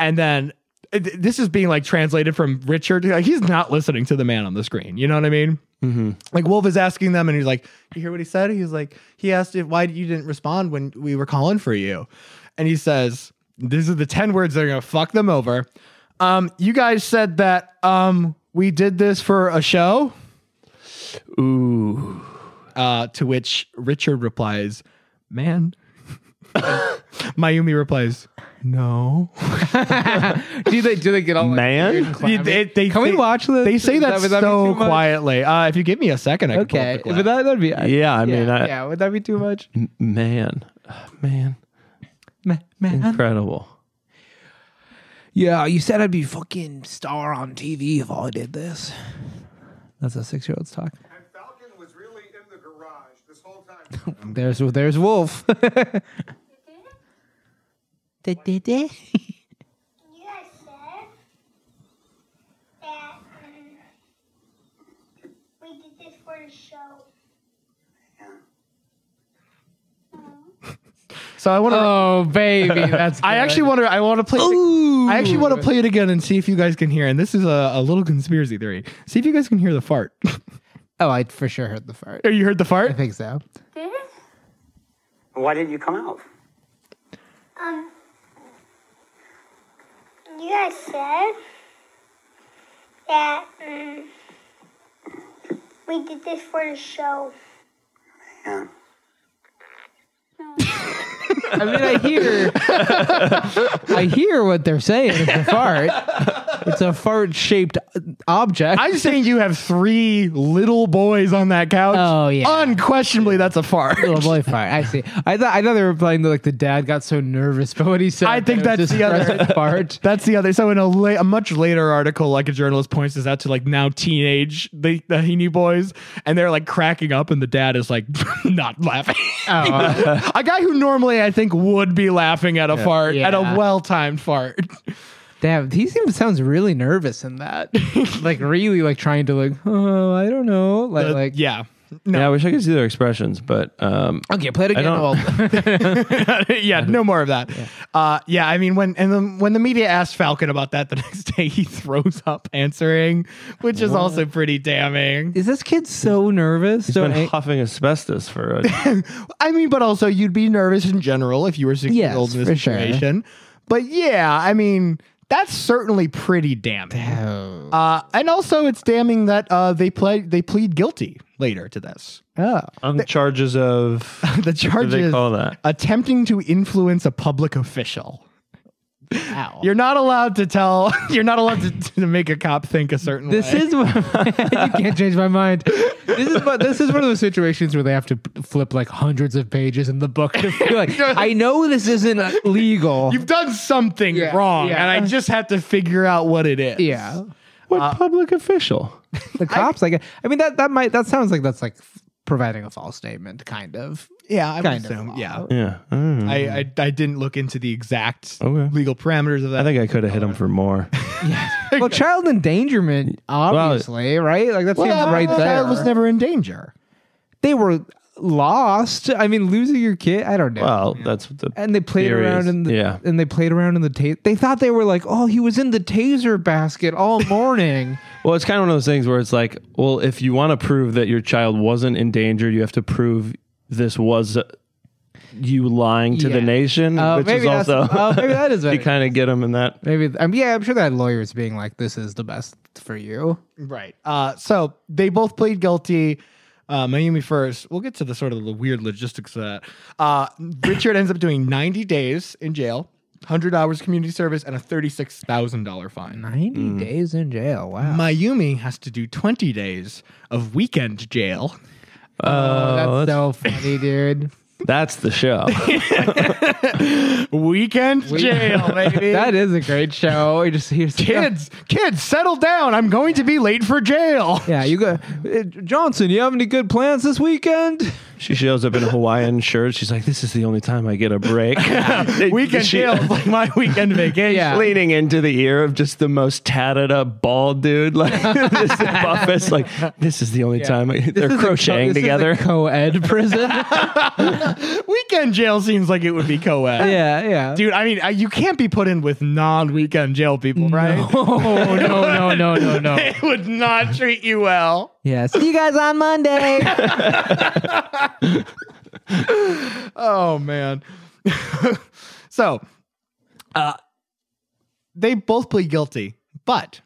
S5: And then uh, th- this is being like translated from Richard. Like, he's not listening to the man on the screen. You know what I mean? Like Wolf is asking them, and he's like, "You hear what he said?" He's like, "He asked if why you didn't respond when we were calling for you," and he says, "These are the ten words that are gonna fuck them over." Um, you guys said that um we did this for a show.
S4: Ooh.
S5: Uh, to which Richard replies, "Man." Mayumi replies, "No."
S6: do they do they get all like,
S4: Man?
S6: weird and
S5: They-
S6: clammy?
S5: they- they-
S6: Can we
S5: they-
S6: watch this?
S5: They say
S6: Is
S5: that,
S6: would be
S5: so
S6: too much?
S5: quietly. Uh, if you give me a second, I
S6: Okay,
S5: can pull up the
S6: but
S5: clip.
S6: that would be yeah.
S4: Yeah, I mean, I,
S6: yeah, would that be too much?
S4: man, man, incredible.
S6: Yeah, you said I'd be fucking star on TV if I did this. That's a six year old's talk.
S7: And Falcon was really in the garage this whole time.
S6: There's there's Wolf.
S8: You guys said that um, we did this for the show.
S5: so I want to.
S6: oh baby, that's.
S5: I
S6: good.
S5: actually want to. I want to play. it- I actually want to play it again and see if you guys can hear. And this is a, a little conspiracy theory. See if you guys can hear the fart.
S6: Oh, I for sure heard the fart.
S5: you heard the
S6: I
S5: fart?
S6: think so.
S1: Why didn't you come out?
S8: Um, you guys said that um, we did this for the show.
S1: Yeah.
S6: I mean, I hear, I hear what they're saying. It's a fart. It's a fart-shaped object.
S5: I'm saying you have three little boys on that couch.
S6: Oh, yeah.
S5: unquestionably that's a fart.
S6: little boy fart. I see. I thought I thought they were playing that like the dad got so nervous, but what he said,
S5: I think
S6: it was
S5: that's the other-
S6: present fart.
S5: That's the other. So in a, la- a much later article, like a journalist points this out to like now teenage the, the Heaney boys, and they're like cracking up, and the dad is like not laughing.
S6: Oh, uh,
S5: a guy who normally I think would be laughing at a fart, at
S6: Yeah.
S5: a well-timed fart.
S6: damn, he seems sounds really nervous in that. like really, like trying to like, oh, I don't know, like like
S5: yeah,
S4: Yeah, I wish I could see their expressions, but um,
S6: Okay, play it again.
S4: don't-
S6: Well,
S5: yeah, no more of that. Yeah. Uh, yeah, I mean, when and then when the media asked Falcon about that the next day, he throws up answering, which is also pretty damning.
S6: is this kid so nervous?
S4: he's
S6: So
S4: been
S6: ang-
S4: huffing asbestos for a,
S5: I mean, but also you'd be nervous in general if you were six
S6: Yes,
S5: years old in
S6: for
S5: this
S6: sure.
S5: situation. But yeah, I mean, that's certainly pretty damning.
S6: oh,
S5: Uh, and also, it's damning that uh, they plead they plead guilty later to this.
S4: on charges of what
S5: The
S4: do
S5: charges Uh,
S4: they call that?
S5: attempting to influence a public official.
S6: ow.
S5: You're not allowed to tell. You're not allowed to, to make a cop think a certain way.
S6: This is what, you can't change my mind. This is what, this is one of those situations where they have to p- flip like hundreds of pages in the book to feel like I know this isn't uh, legal.
S5: You've done something
S6: Yeah,
S5: wrong,
S6: yeah.
S5: and I just have to figure out what it is.
S6: yeah,
S4: What public official?
S6: the cops. like I mean that that might that sounds like that's like providing a false statement, kind of.
S5: Yeah, I would
S6: Kind of.
S5: assume. Yeah,
S4: Yeah. I, don't know.
S5: I, I I didn't look into the exact
S6: Oh.
S4: Okay.
S5: legal parameters of that.
S4: I think I could have hit him for more.
S6: Well, child endangerment, obviously, right? Like that
S5: well,
S6: seems
S5: that-
S6: right
S5: that
S6: there.
S5: child was never in danger.
S6: they were lost. I mean, losing your kid, I don't know.
S4: Well, that's what the
S6: and they played
S4: theory
S6: around
S4: is.
S6: in the
S4: yeah.
S6: and they played around in the taser. They thought they were like, oh, he was in the taser basket all morning.
S4: Well, it's kind of one of those things where it's like, well, if you want to prove that your child wasn't in danger, you have to prove this was you lying to
S6: Yeah.
S4: the nation,
S6: Oh,
S4: which
S6: maybe
S4: is
S6: that's-
S4: also
S6: oh, maybe that is
S4: you
S6: better.
S4: kind of get them in that.
S6: Maybe I mean, yeah, I'm sure that lawyers being like, this is the best for you.
S5: Right. Uh, so they both plead guilty. Uh, Miami first. We'll get to the sort of the weird logistics of that. Uh, Richard ends up doing 90 days in jail, 100 hours community service, and a $36,000 fine.
S6: Ninety days in jail. Wow.
S5: Mayumi has to do 20 days of weekend jail.
S6: Oh,
S4: Oh,
S6: that's, so funny, dude.
S4: That's the show.
S5: Weekend jail, baby.
S6: that is a great show. You just hear
S5: kids, kids, settle down. I'm going to be late for jail.
S6: Yeah, you go, "Uh, Johnson. You have any good plans this weekend?
S4: she shows up in a Hawaiian shirt. She's like, "This is the only time I get a break."
S5: Weekend
S4: She-
S5: jail is like my weekend vacation.
S6: Yeah.
S4: leaning into the ear of just the most tatted up bald dude, like this buffets. Like this is the only time I, they're
S6: This is a co-
S4: crocheting
S6: this is a
S4: together.
S6: co-ed prison.
S5: Weekend jail seems like it would be co ed.
S6: yeah, yeah.
S5: Dude, I mean, I- you can't be put in with non-weekend jail people, right?
S6: Oh no, no, no, no, no.
S5: They would not treat you well.
S6: Yeah. See you guys on Monday.
S5: Oh man. so, uh, they both plead guilty, but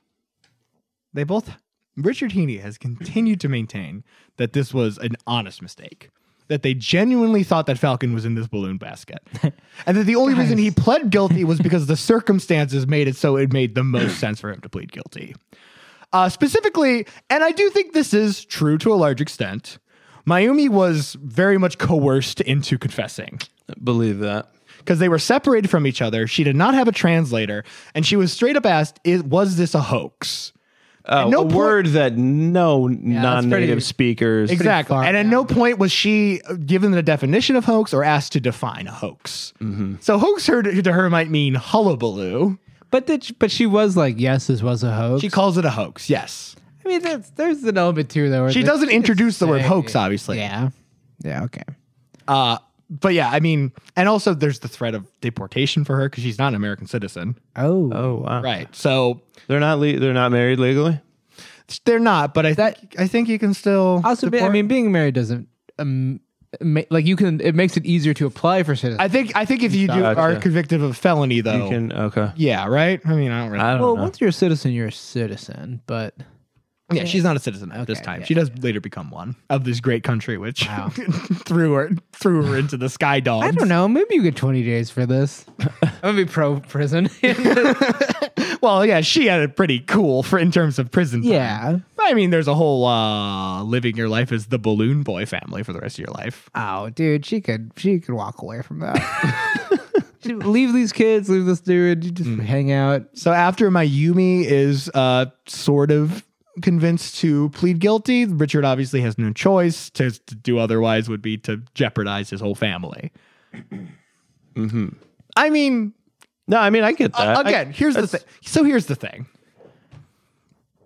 S5: they both. Richard Heaney has continued to maintain that this was an honest mistake. That they genuinely thought that Falcon was in this balloon basket, and that the only reason he pled guilty was because the circumstances made it so it made the most sense for him to plead guilty. Uh, specifically, and I do think this is true to a large extent. Mayumi was very much coerced into confessing
S4: Believe that.
S5: because they were separated from each other. She did not have a translator, and she was straight up asked, "Is was this a hoax?"
S4: Oh,
S5: no
S4: a
S5: point-
S4: word that no
S6: that's
S4: non-native
S6: pretty-
S4: speakers.
S5: Exactly.
S6: far
S5: and at no point was she uh, given the definition of hoax or asked to define a hoax. So hoax her to her might mean hullabaloo.
S6: But did she, but she was like, yes, this was a hoax.
S5: She calls it a hoax. Yes.
S6: I mean, that's, there's an element too, though. where
S5: She
S6: they-
S5: doesn't introduce the word hoax, obviously.
S6: Yeah. Yeah. Okay.
S5: Uh, but yeah, I mean, and also there's the threat of deportation for her because she's not an American citizen.
S6: Oh.
S4: Oh wow!
S5: Right. So
S4: They're not le- they're not married legally.
S5: they're not, but I think I think you can still
S6: Also, be, I
S5: deport-
S6: mean, being married doesn't um, ma- like you can. It makes it easier to apply for
S5: I
S6: citizenship.
S5: think I think if you do
S4: Gotcha.
S5: are convicted of a felony though.
S4: You can okay.
S5: yeah, right? I mean, I don't really
S4: I don't
S6: Well,
S4: know.
S6: once you're a citizen, you're a citizen. But
S5: Yeah, she's not a citizen at this
S6: Okay,
S5: time.
S6: yeah,
S5: she does later become one of this great country, which threw her threw her into the sky dogs.
S6: I don't know. Maybe you get 20 days for this. I'm gonna be pro prison.
S5: Well, yeah, she had it pretty cool for in terms of prison. time.
S6: yeah.
S5: I mean, there's a whole uh, living your life as the balloon boy family for the rest of your life.
S6: Oh, dude, she could she could walk away from that. She- leave these kids. Leave this dude. You
S5: Mm.
S6: just hang out.
S5: So after Mayumi is uh, sort of convinced to plead guilty, Richard obviously has no choice. To, to do otherwise would be to jeopardize his whole family. I mean,
S4: no, I mean I get
S5: Uh,
S4: that. I-
S5: again, here's the thing. So here's the thing.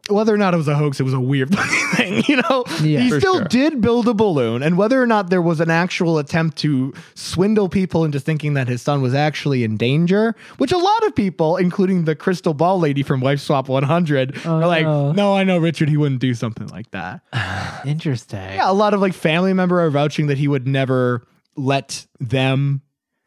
S5: Whether or not it was a hoax, it was a weird thing, you know.
S6: Yeah.
S5: he
S6: For
S5: still
S4: sure.
S5: did build a balloon, and whether or not there was an actual attempt to swindle people into thinking that his son was actually in danger, which a lot of people, including the crystal ball lady from Wife Swap 100, are like,
S4: Uh.
S6: no.
S5: "No, I know Richard. He wouldn't do something like that."
S6: Interesting.
S5: yeah, a lot of like family member are vouching that he would never let them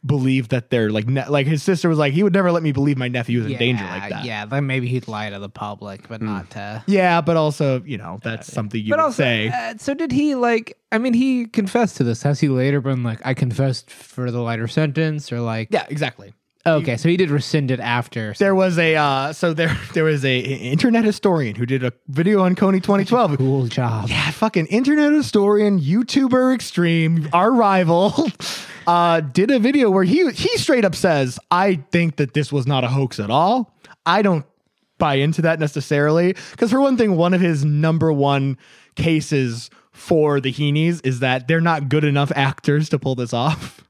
S5: believe that they're like ne- like his sister was like he would never let me believe my nephew was in danger like that.
S6: Yeah, then maybe he'd lie to the public, but not to.
S5: Yeah, but also, you know, that's something you
S6: But
S5: would
S6: also,
S5: say.
S6: uh, so did he like? I mean, he confessed to this. Has he later been like, I confessed for the lighter sentence, or like?
S5: yeah, exactly.
S6: Okay, so he did rescind it after.
S5: There was a uh, so there there was a internet historian who did a video on Coney 2012.
S6: cool job.
S5: Yeah, fucking internet historian, YouTuber extreme, our rival, uh, did a video where he he straight up says, "I think that this was not a hoax at all. I don't buy into that necessarily because for one thing, one of his number one cases for the Heenies is that they're not good enough actors to pull this off.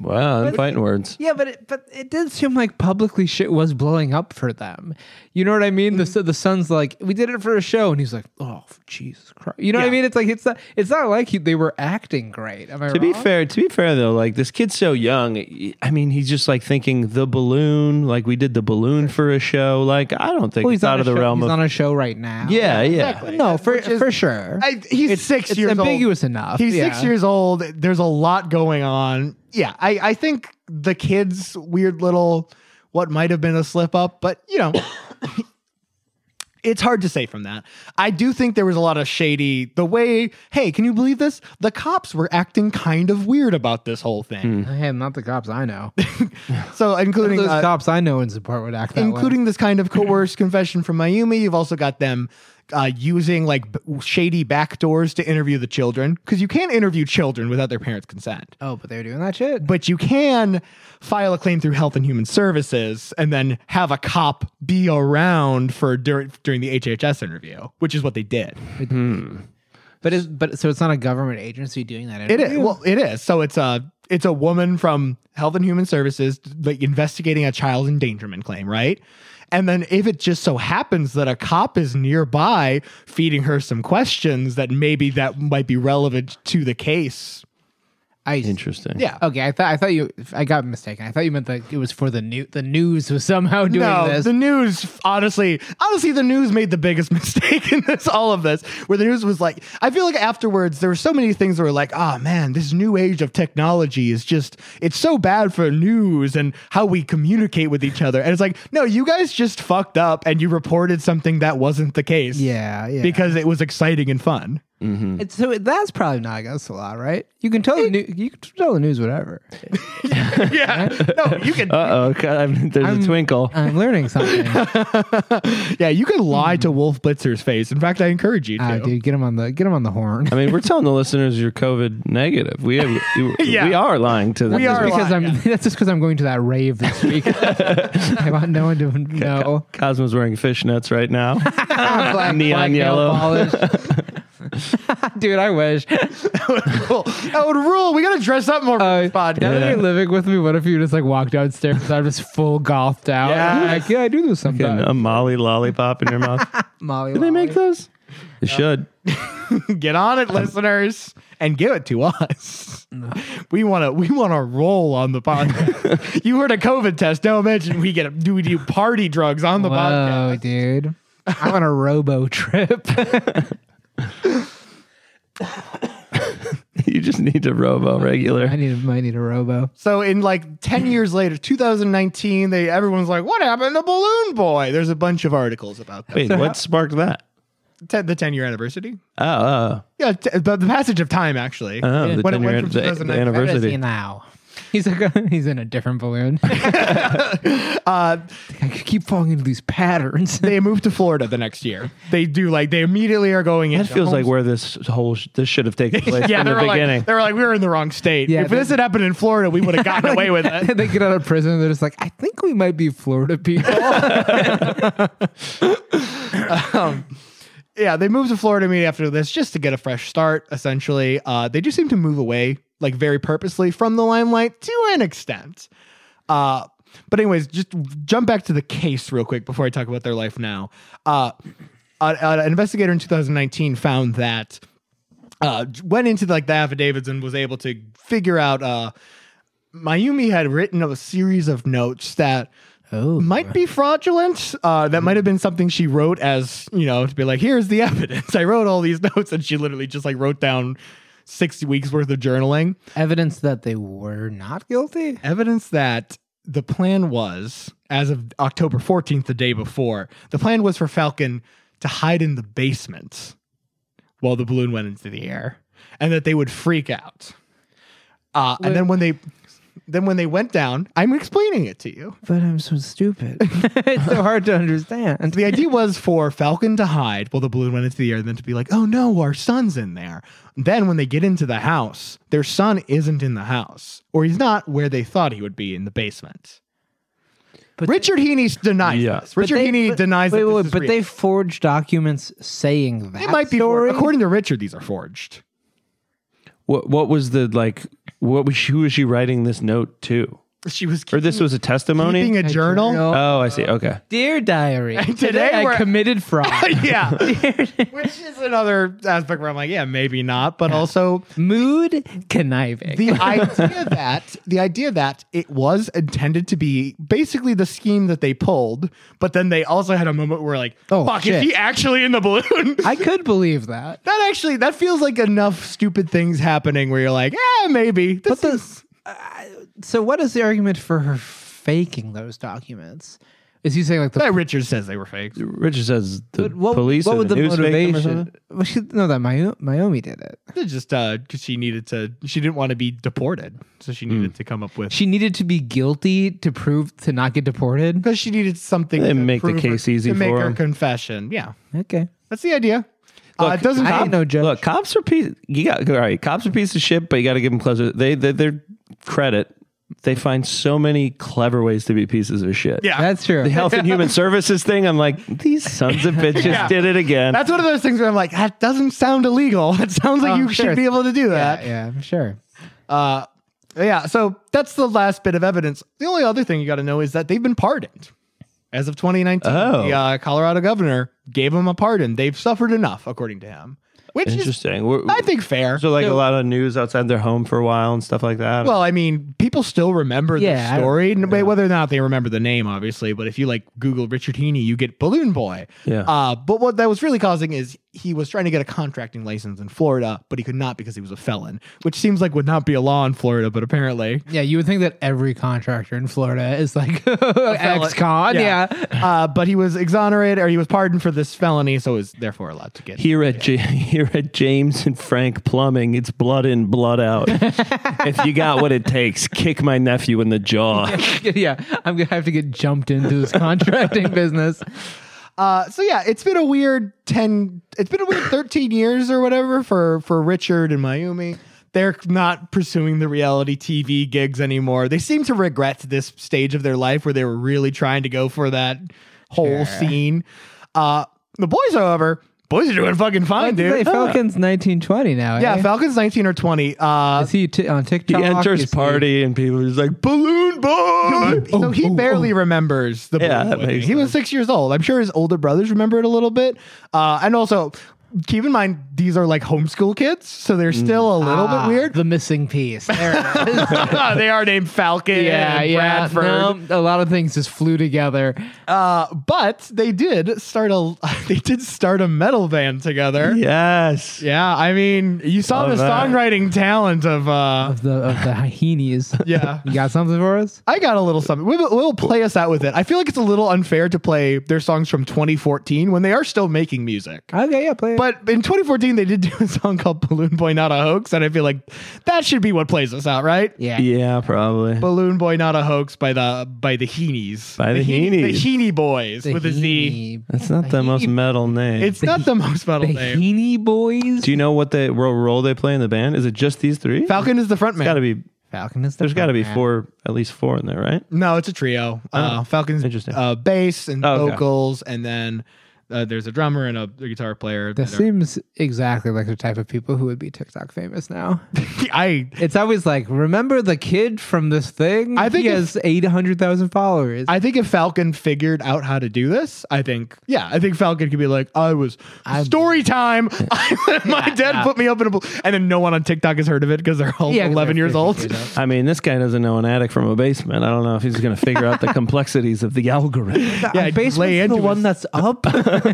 S4: Wow, I'm fighting words.
S6: Yeah, but it, but it did seem like publicly shit was blowing up for them. You know what I mean? The the son's like, we did it for a show, and he's like, oh Jesus Christ. You know what I
S5: Yeah.
S6: mean? It's like it's not it's not like he, they were acting great. Am I
S4: To be
S6: wrong?
S4: fair, to be fair though, like this kid's so young. I mean, he's just like thinking the balloon. Like we did the balloon for a show. Like I don't think
S6: Well,
S4: it's out
S6: on a
S4: of the
S6: show-
S4: realm
S6: he's
S4: of.
S6: on a show right now.
S4: yeah, yeah.
S6: No, for for sure.
S5: I, he's
S6: It's-
S5: six
S6: it's
S5: years old.
S6: ambiguous enough,
S5: He's six
S6: yeah.
S5: years old. There's a lot going on. Yeah, I, I think the kid's weird little what might have been a slip up, but you know, it's hard to say from that. I do think there was a lot of shady. The way, hey, can you believe this? The cops were acting kind of weird about this whole thing.
S6: I am not the cops I know.
S5: So, including
S6: Hmm. Those
S5: uh,
S6: cops I know in support would act that way.
S5: including this kind of coerced confession from Mayumi. You've also got them uh, using like b- shady backdoors to interview the children because you can't interview children without their parents' consent.
S6: Oh, but they were doing that shit.
S5: But you can file a claim through Health and Human Services and then have a cop be around for dur- during the HHS interview, which is what they did.
S6: But is but so it's not a government agency doing that.
S5: It
S6: Interview?
S5: is well, it is. So it's a it's a woman from Health and Human Services like investigating a child endangerment claim, right? And then if it just so happens that a cop is nearby feeding her some questions that maybe that might be relevant to the case.
S6: I
S4: Interesting.
S5: Yeah.
S6: Okay, I thought I thought you I got mistaken. I thought you meant that it was for the new the news was somehow doing
S5: no,
S6: this.
S5: the news honestly, honestly, the news made the biggest mistake in this all of this. Where the news was like, I feel like afterwards there were so many things that were like, oh man, this new age of technology is just it's so bad for news and how we communicate with each other. And it's like, no, you guys just fucked up and you reported something that wasn't the case.
S6: yeah, yeah.
S5: Because it was exciting and fun.
S4: Hmm.
S6: It's- so it- that's probably not against the law, right? You can tell the new, you can tell the news whatever.
S5: Yeah. No, you can
S4: Uh oh, there's a twinkle.
S6: I'm learning something.
S5: yeah, you can lie
S6: hmm.
S5: to Wolf Blitzer's face. In fact, I encourage you to.
S6: Ah, dude, get him on the get him on the horn.
S4: I mean, we're telling the listeners you're COVID negative. We have,
S5: Yeah.
S4: we are lying to them.
S5: We are
S6: because
S5: lying,
S6: I'm
S5: yeah.
S6: that's just because I'm going to that rave this week. I want no one to know.
S4: Cosmo's wearing fishnets right now.
S6: Black-
S4: Neon
S6: black nail
S4: yellow.
S6: polish. dude, I wish.
S5: Cool. That would rule. We gotta dress up more for
S6: Uh,
S5: this podcast.
S6: Now that you're living with me, what if you just like walked downstairs and I'm just full golfed out?
S5: Yes.
S6: Like, yeah, I do this sometimes.
S4: a Molly lollipop in your mouth.
S6: Molly,
S4: Do they make those? They should.
S5: get on it listeners and give it to us we want to we want to roll on the podcast you heard a covid test don't mention we get a, do we do party drugs on the
S6: Whoa,
S5: podcast
S6: dude. I'm on a robo trip.
S4: You just need to robo regular.
S6: I need a, I need a robo.
S5: so in like 10 years later 2019 they everyone's like what happened to balloon boy there's a bunch of articles about that
S4: Wait, what sparked that?
S5: Ten- the 10 year anniversary
S4: Oh, oh,
S5: yeah t- the, the passage of time actually
S4: oh, the,
S5: when it
S4: 10 year-
S5: went from
S4: the- the
S5: 2019
S6: Where is he
S4: anniversary.
S6: now? He's like he's in a different balloon. uh,
S5: Uh,
S6: I keep falling into these patterns.
S5: they moved to florida the next year they do like they immediately are going
S4: That
S5: into
S4: feels like where this whole sh- this should have taken place
S5: yeah,
S4: from
S5: they
S4: the
S5: were
S4: beginning.
S5: like, they were like, we were in the wrong state.
S6: Yeah,
S5: if this
S6: they-
S5: had happened in Florida, we would have gotten away with it.
S6: they get out of prison. And they're just like, I think we might be Florida people.
S5: Yeah, they moved to Florida immediately after this just to get a fresh start. Essentially, uh, they do seem to move away, like very purposely, from the limelight to an extent. Uh, but anyways, just jump back to the case real quick before I talk about their life now. Uh, an- an investigator in 2019 found that uh, went into like the affidavits and was able to figure out uh, Mayumi had written a series of notes that
S6: Oh.
S5: might be fraudulent. Uh, that might have been something she wrote as you know to be like, here's the evidence. I wrote all these notes, and she literally just like wrote down six weeks worth of journaling
S6: Evidence that they were not guilty.
S5: evidence that the plan was, as of October 14th, the day before, the plan was for Falcon to hide in the basement while the balloon went into the air, and that they would freak out. Uh, and then when they then when they went down, I'm explaining it to you.
S6: But I'm so stupid. it's so hard to understand.
S5: The idea was for Falcon to hide while the balloon went into the air, and then to be like, oh no, our son's in there. Then when they get into the house, their son isn't in the house, or he's not where they thought he would be in the basement.
S6: But-
S5: Richard Heaney denies
S4: Yeah.
S5: this. Richard
S6: they-
S5: Heaney
S6: but-
S5: denies
S6: wait,
S5: that
S6: wait,
S5: this
S6: wait,
S5: is
S6: but
S5: real.
S6: they forged documents saying that
S5: It might be
S6: story.
S5: forged. According to Richard, these are forged.
S4: What what was the like? What was she, who was she writing this note to?
S5: She was
S4: Or this was a testimony?
S5: keeping a journal.
S4: oh, I see. Okay.
S6: Dear diary, today,
S5: we're-
S6: I committed fraud.
S5: yeah, which is another aspect where I'm like, yeah, maybe not, but also
S6: Mood conniving.
S5: the idea that the idea that it was intended to be basically the scheme that they pulled, but then they also had a moment where like,
S6: Oh,
S5: fuck,
S6: shit.
S5: is he actually in the balloon?
S6: I could believe that.
S5: that actually that feels like enough stupid things happening where you're like, eh, maybe.
S6: But
S5: This
S6: the-
S5: is-
S6: uh, So, what is the argument for her faking those documents? Is he saying like the
S5: that Richard says they were fake.
S4: Richard says the
S6: but what,
S4: police.
S6: What
S4: or
S6: would
S4: the,
S6: the,
S4: news fake them or
S6: motivation?
S4: something?
S6: Well, she, no, that Myo- Myomi did it.
S5: They Just uh, 'cause she needed to, she didn't want to be deported, so Hmm. she needed to come up with
S6: She needed to be guilty to prove to not get deported.
S5: because she needed something
S4: They
S5: to
S4: make the
S5: prove her-
S4: case easy
S5: to make
S4: for
S5: her
S4: him.
S5: confession. Yeah,
S6: Okay,
S5: that's the idea. uh, it doesn't.
S6: I
S5: stop-
S6: ain't no judge.
S4: Look, cops are piece. You got all right. Cops are piece of shit, but you got to give them closer. They, they their credit. They find so many clever ways to be pieces of shit.
S5: yeah,
S6: that's true.
S4: The health and human services thing. I'm like, these sons of bitches
S5: Yeah.
S4: did it again.
S5: That's one of those things where I'm like, that doesn't sound illegal. It sounds like
S6: Oh,
S5: you
S6: sure.
S5: should be able to do that.
S6: yeah, yeah, I'm sure.
S5: Uh, yeah, so that's the last bit of evidence. The only other thing you got to know is that they've been pardoned. As of 2019,
S4: Oh.
S5: the uh, Colorado governor gave them a pardon. They've suffered enough, according to him, which is,
S4: Interesting. We're-
S5: I think, fair.
S4: so like a lot of news outside their home for a while and stuff like that.
S5: well, I mean, people still remember
S6: Yeah, I
S5: the
S6: don't-
S5: story, N- whether or not they remember the name, obviously. But if you like Google Richard Heaney, you get Balloon Boy.
S4: Yeah.
S5: Uh, but what that was really causing is he was trying to get a contracting license in Florida, but he could not because he was a felon, which seems like would not be a law in Florida, but apparently
S6: Yeah, you would think that every contractor in Florida is like ex-con. Yeah.
S5: Uh, but he was exonerated or he was pardoned for this felony, so is therefore allowed to get.
S4: here at J- here at James and Frank Plumbing, it's blood in, blood out. if you got what it takes, kick my nephew in the jaw.
S6: yeah, I'm gonna have to get jumped into this contracting business.
S5: Uh, so yeah, it's been a weird ten. It's been a weird thirteen years or whatever for for Richard and Mayumi. They're not pursuing the reality TV gigs anymore. They seem to regret this stage of their life where they were really trying to go for that whole scene. Uh, the boys, however, boys are doing fucking fine,
S6: Hey,
S5: dude.
S6: Oh, Falcon's 1920 now.
S5: Yeah,
S6: eh?
S5: Falcons nineteen or twenty. Uh,
S6: Is he t- on TikTok?
S4: He enters
S6: Is he-
S4: party and people are just like balloon boy.
S5: so
S6: Oh,
S5: he barely remembers the
S4: Yeah,
S5: Blue
S4: that
S5: Boy
S4: makes
S5: thing. He was six years old. I'm sure his older brothers remember it a little bit. Uh, and also, keep in mind these are like homeschool kids, so they're
S4: Mm.
S5: still a little
S6: Ah,
S5: bit weird.
S6: The missing piece. There it is.
S5: they are named Falcon.
S6: yeah,
S5: and
S6: yeah.
S5: Bradford.
S6: no, a lot of things just flew together.
S5: Uh, but they did start a they did start a metal band together. Yeah.
S4: yes.
S5: I mean, you saw
S4: Love
S5: the
S4: that.
S5: songwriting talent of uh
S6: Of the of the hyenas.
S5: yeah.
S6: You got something for us?
S5: I got a little something. We'll, we'll play us out with it. I feel like it's a little unfair to play their songs from 2014 when they are still making music.
S6: Okay, yeah, play it.
S5: But in 2014, they did do a song called Balloon Boy Not a Hoax, and I feel like that should be what plays us out, right?
S6: yeah.
S4: Yeah, probably.
S5: Balloon Boy Not a Hoax by the by the Heenies.
S4: By the
S5: Heenies.
S4: Heenies.
S5: The Heenie Boys with a Z.
S4: That's not the most metal name.
S5: It's not the most metal
S6: The
S5: name.
S6: Heaney boys.
S4: Do you know what they ro- role they play in the band? Is it just these three?
S5: Falcon is the frontman.
S4: Got to be.
S6: Falcon is the
S4: There's got to be
S6: frontman.
S4: four, at least four in there, right?
S5: No, it's a trio. Uh, Falcon's
S4: Oh, Interesting.
S5: Uh, bass and
S4: Oh, okay.
S5: vocals, and then uh, there's a drummer and a guitar player.
S6: That
S5: They're-
S6: seems exactly like the type of people who would be TikTok famous now.
S5: I
S6: It's always like, remember the kid from this thing?
S5: I think
S6: he
S5: if-
S6: has eight hundred thousand followers.
S5: I think if Falcon figured out how to do this, I think, yeah, I think Falcon could be like, I was story time. I, my dad put me up in a, bl-" and then no one on TikTok has heard of it because they're all
S6: Yeah, 'cause
S5: 11
S6: they're
S5: years old.
S6: freaking kids
S4: I mean, this guy doesn't know an attic from a basement. I don't know if he's going to figure out the complexities of the algorithm.
S5: Yeah, lay
S6: Basement's the
S5: into
S6: one that's
S5: us.
S6: up.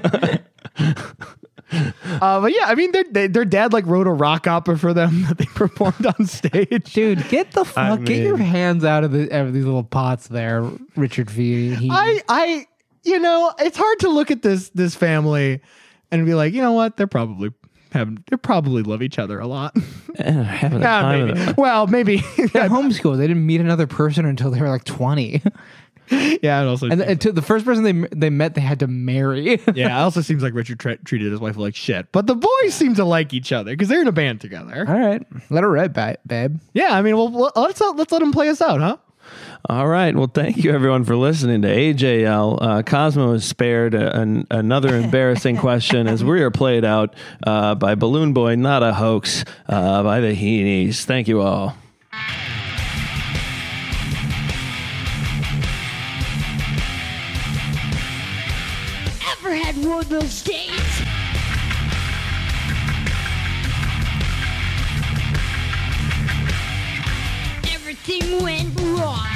S5: Uh, but yeah, I mean, their they, their dad like wrote a rock opera for them that they performed on stage.
S6: Dude, get the fuck, get
S4: mean-
S6: your hands out of, the, out of these little pots there, Richard V. He,
S5: I, I, you know, it's hard to look at this this family and be like, you know what, they're probably having, they probably love each other a lot.
S4: Yeah, Eh, having a
S5: Ah,
S4: time of
S5: maybe.
S4: their life.
S5: Well, maybe,
S6: at homeschool, they didn't meet another person until they were like twenty,
S5: yeah. It also
S6: and until the first person they they met, they had to marry.
S5: yeah, it also seems like Richard tre- treated his wife like shit. But the boys seem to like each other because they're in a band together.
S6: All right, let her rip, ba- babe.
S5: Yeah, I mean, well, well, let's uh, let, let's let him play us out, huh?
S4: All right. Well, thank you everyone for listening to AJL. Uh, Cosmo is spared a, an, another embarrassing question as we are played out uh, by Balloon Boy, not a hoax, uh, by the Heenies. Thank you all.
S2: Ever had one of those days? Everything went wrong.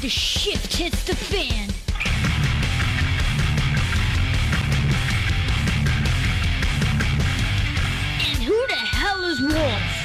S2: The shift hits the fan. And who the hell is Wolf?